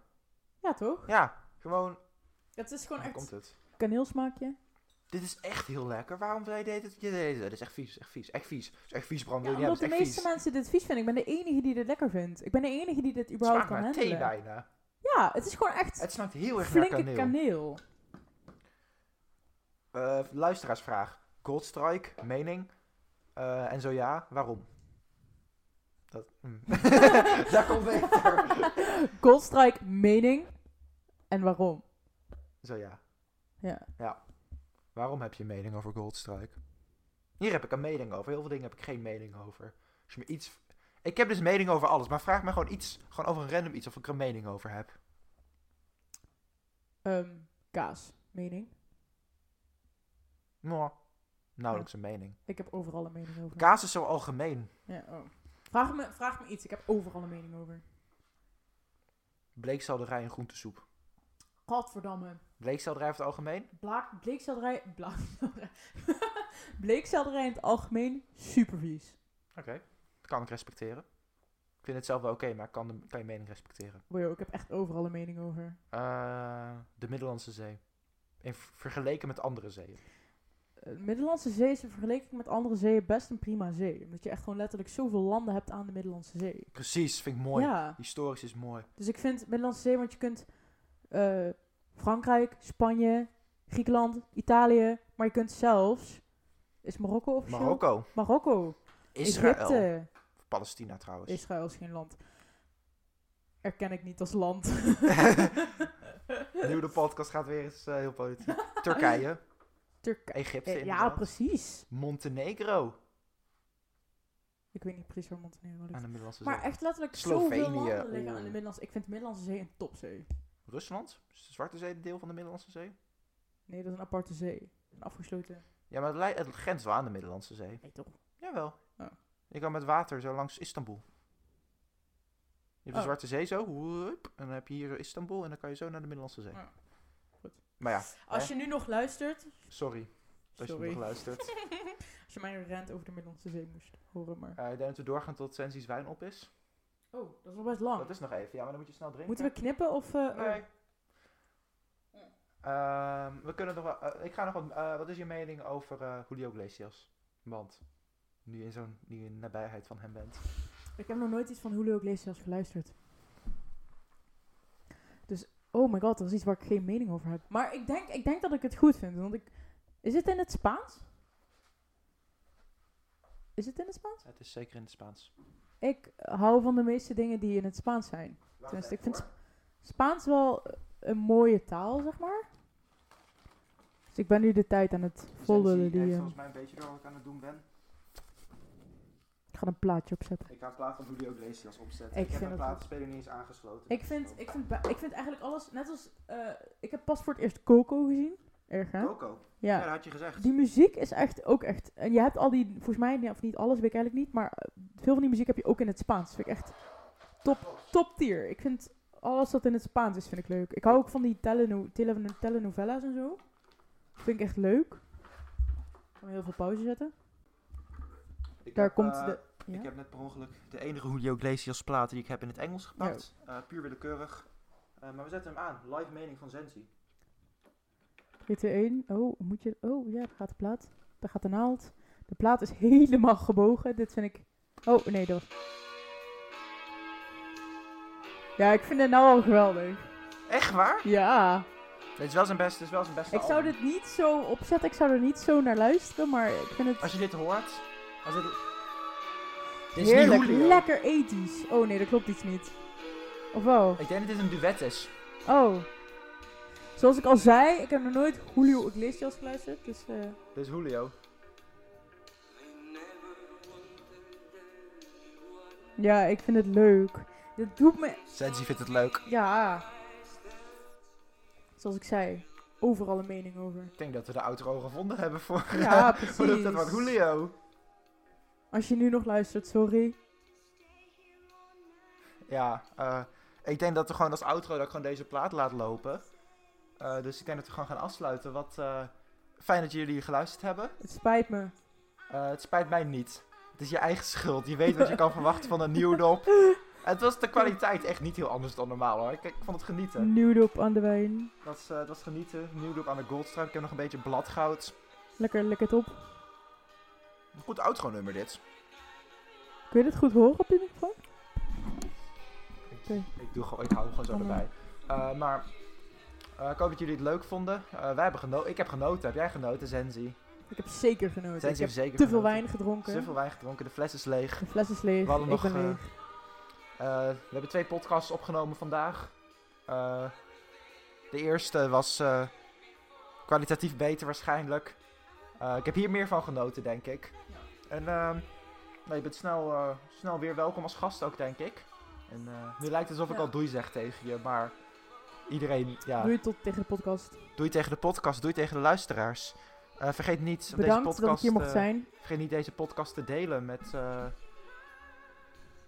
Ja, toch?
Ja, gewoon...
Het is gewoon
Daar
echt
komt het.
kaneelsmaakje.
Dit is echt heel lekker. Waarom zei je dit? Je deed het. Dit is echt vies, echt vies, echt vies. Dit is echt vies, Bram.
Ja,
Wil je
omdat
niet
de
hebben? Het is
meeste
echt vies.
mensen dit vies vinden. Ik ben de enige die dit lekker vindt. Ik ben de enige die dit
Het
überhaupt
smaakt
kan
naar
handelen.
thee bijna.
Ja, het is gewoon echt
Het smaakt heel erg naar
flinke
kaneel.
kaneel.
Eh, luisteraarsvraag. Goldstrike, mening? Eh, en zo ja, waarom? Dat, mm. Daar komt beter.
Goldstrike, mening. En waarom?
zo ja.
Ja.
Waarom heb je een mening over Goldstrike? Hier heb ik een mening over. Heel veel dingen heb ik geen mening over. Als je me iets... Ik heb dus mening over alles, maar vraag me gewoon iets, gewoon over een random iets of ik er een mening over heb.
Ehm, kaas, mening.
Nou, nauwelijks een mening.
Ik heb overal een mening over.
Kaas is zo algemeen.
ja, oh. vraag, me, vraag me iets, ik heb overal een mening over.
Bleekselderij en groentesoep.
Godverdamme.
Bleekselderij over het algemeen?
Blaak, bleekselderij, blaak, bleekselderij in het algemeen, supervies.
Oké. Kan ik respecteren. Ik vind het zelf wel oké, maar ik kan, de, kan je mening respecteren.
Wow, ik heb echt overal een mening over.
Eh, de Middellandse Zee. In v- vergeleken met andere zeeën.
Eh, De Middellandse Zee is in vergelijking met andere zeeën best een prima zee. Omdat je echt gewoon letterlijk zoveel landen hebt aan de Middellandse Zee.
Precies, vind ik mooi.
Ja,
Historisch is mooi.
dus ik vind Middellandse Zee, want je kunt eh, Frankrijk, Spanje, Griekenland, Italië. Maar je kunt zelfs, is Marokko officieel?
Marokko.
Marokko.
Israël.
Egypte.
Of Palestina trouwens.
Israël is geen land. Erken ik niet als land.
nu de podcast gaat weer eens eh, heel politiek. Turkije.
Turkije.
Egypte
Eh, Ja,
inderdaad.
precies.
Montenegro.
Ik weet niet precies waar Montenegro ligt.
Aan de Middellandse
Maar
Zee.
echt letterlijk zoveel
Slovenië,
landen liggen
oeh.
aan de Middellandse... Ik vind de Middellandse Zee een topzee.
Rusland? Is de Zwarte Zee een deel van de Middellandse Zee?
Nee, dat is een aparte zee. Een afgesloten...
Ja, maar het, lij- het grenst wel aan de Middellandse Zee.
Nee, toch?
Jawel.
Oh.
Je kan met water zo langs Istanbul. Je hebt de
Oh.
Zwarte Zee zo. woep, en dan heb je hier zo Istanbul. En dan kan je zo naar de Middellandse Zee.
Oh, goed.
Maar ja,
Als je nu nog luistert...
sorry. Als je
Sorry.
hebt geluisterd.
Als je mijn rant over de Middellandse Zee moest horen, maar...
Eh ik denk dat we doorgaan tot Sensi's wijn op is.
Oh, dat is nog best lang.
Dat is nog even. Ja, maar dan moet je snel drinken.
Moeten we oh. knippen of... eh, oh.
Nee. Ehm, we kunnen nog wel... eh, ik ga nog wat... eh, wat is je mening over eh, Julio Iglesias? Want nu in zo'n... Nu in nabijheid van hem bent.
Ik heb nog nooit iets van Julio Iglesias geluisterd. Dus, oh my god, dat is iets waar ik geen mening over heb. Maar ik denk, ik denk dat ik het goed vind, want ik... Is het in het Spaans? Is het in het Spaans?
Het is zeker in het Spaans.
Ik hou van de meeste dingen die in het Spaans zijn. Tenminste, ik vind Spaans wel eh, een mooie taal, zeg maar. Dus ik ben nu de tijd aan het vollullen. Die, eh,
volgens mij een beetje door wat ik aan het doen ben.
ik ga een plaatje opzetten.
Ik ga een plaat van Julio Iglesias opzetten.
Ik
Ik, heb mijn
vind dat-
platenspeler niet eens aangesloten.
Ik vind, ik, vind, ba- ik vind eigenlijk alles, net als, eh, ik heb pas voor het eerst Coco gezien. Erg, hè?
Coco. Ja, dat
Ja.
had je gezegd.
Die muziek is echt ook echt, en je hebt al die, volgens mij, ja, of niet alles, weet ik eigenlijk niet, maar eh, veel van die muziek heb je ook in het Spaans. Vind ik echt top, top tier. Ik vind alles wat in het Spaans is, vind ik leuk. Ik hou ook van die teleno, teleno, telenovelas en zo. Vind ik echt leuk. Ik kan heel veel pauze zetten.
Ik
Daar
heb,
komt
eh,
de... ja?
Ik heb net per ongeluk de enige Julio Iglesias plaat die ik heb in het Engels gepakt. Eh, puur willekeurig. Eh, maar we zetten hem aan. Live mening van Zenzi.
3, 2, 1. Oh, moet je... Oh, ja, daar gaat de plaat. Daar gaat de naald. De plaat is helemaal gebogen. Dit vind ik... Oh, nee, dat was... Ja, ik vind het nou al geweldig.
Echt waar?
Ja.
Dit is wel zijn best, dit is wel zijn beste
Ik zou
album.
dit niet zo opzetten. Ik zou er niet zo naar luisteren, maar ik vind het
Als je dit hoort... Als dit... Dit is
heerlijk.
niet Julio.
Lekker ethisch. Oh, nee, dat klopt iets niet. Of wel?
Ik denk dat dit een duet is.
Oh. Zoals ik al zei, ik heb nog nooit Julio Iglesias geluisterd, dus... eh,
Dit is Julio.
ja, ik vind het leuk. Dit doet me
Zenzi vindt het leuk.
Ja. Zoals ik zei, overal een mening over.
Ik denk dat we de outro gevonden hebben voor...
Ja,
voor dat, dat was
precies.
Julio.
Als je nu nog luistert, sorry.
Ja, eh, ik denk dat we gewoon als outro dat ik gewoon deze plaat laat lopen. Eh, dus ik denk dat we gewoon gaan afsluiten. Wat eh, fijn dat jullie geluisterd hebben.
Het spijt me.
Eh, het spijt mij niet. Het is je eigen schuld. Je weet wat je kan verwachten van een nieuwdop. Het was de kwaliteit echt niet heel anders dan normaal hoor. Ik, ik vond het genieten.
Nude op aan de wijn.
Dat is, eh, dat is genieten. Nieuwdop aan de Goldstripe. Ik heb nog een beetje bladgoud.
Lekker, lekker top.
Goed outro nummer dit.
Kun je dit goed horen op je microfoon?
Ik, doe, gewoon- ik hou hem gewoon zo
Kom maar.
erbij. Eh, maar eh, ik hoop dat jullie het leuk vonden. Eh, wij hebben geno ik heb genoten. Heb jij genoten, Zenzi?
Ik heb zeker genoten.
Zenzi
ik heb
heeft zeker
te veel
genoten.
wijn gedronken.
Te veel wijn gedronken, de fles is leeg.
De fles is leeg.
We hadden
ik
nog,
ben
eh,
leeg.
Eh, we hebben twee podcasts opgenomen vandaag. Eh, de eerste was eh, kwalitatief beter waarschijnlijk. Eh, ik heb hier meer van genoten, denk ik. En ehm nou, je bent snel, eh, snel weer welkom als gast ook, denk ik. En eh, nu lijkt het alsof ik
Ja.
al doei zeg tegen je, maar iedereen, ja,
Doe
doei,
je tot tegen de podcast.
tegen de podcast, doei tegen de luisteraars. Eh, vergeet niet om deze
Bedankt
podcast,
dat ik hier mocht
eh,
zijn.
vergeet niet deze podcast te delen met... eh,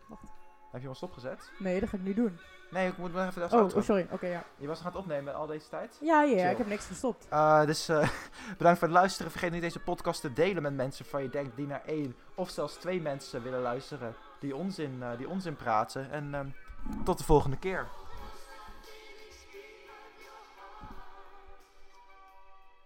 Wacht.
Heb je hem al stopgezet?
Nee, dat ga ik nu doen.
Nee, ik moet nog even de
Oh,
outro.
oh, sorry. Oké, ja.
Je was nog aan het opnemen al deze tijd.
Ja, ja, ja,
Chill.
ik heb niks gestopt.
Eh, dus eh, bedankt voor het luisteren. Vergeet niet deze podcast te delen met mensen van je denkt die naar één of zelfs twee mensen willen luisteren. Die onzin, eh die onzin praten. En ehm, tot de volgende keer.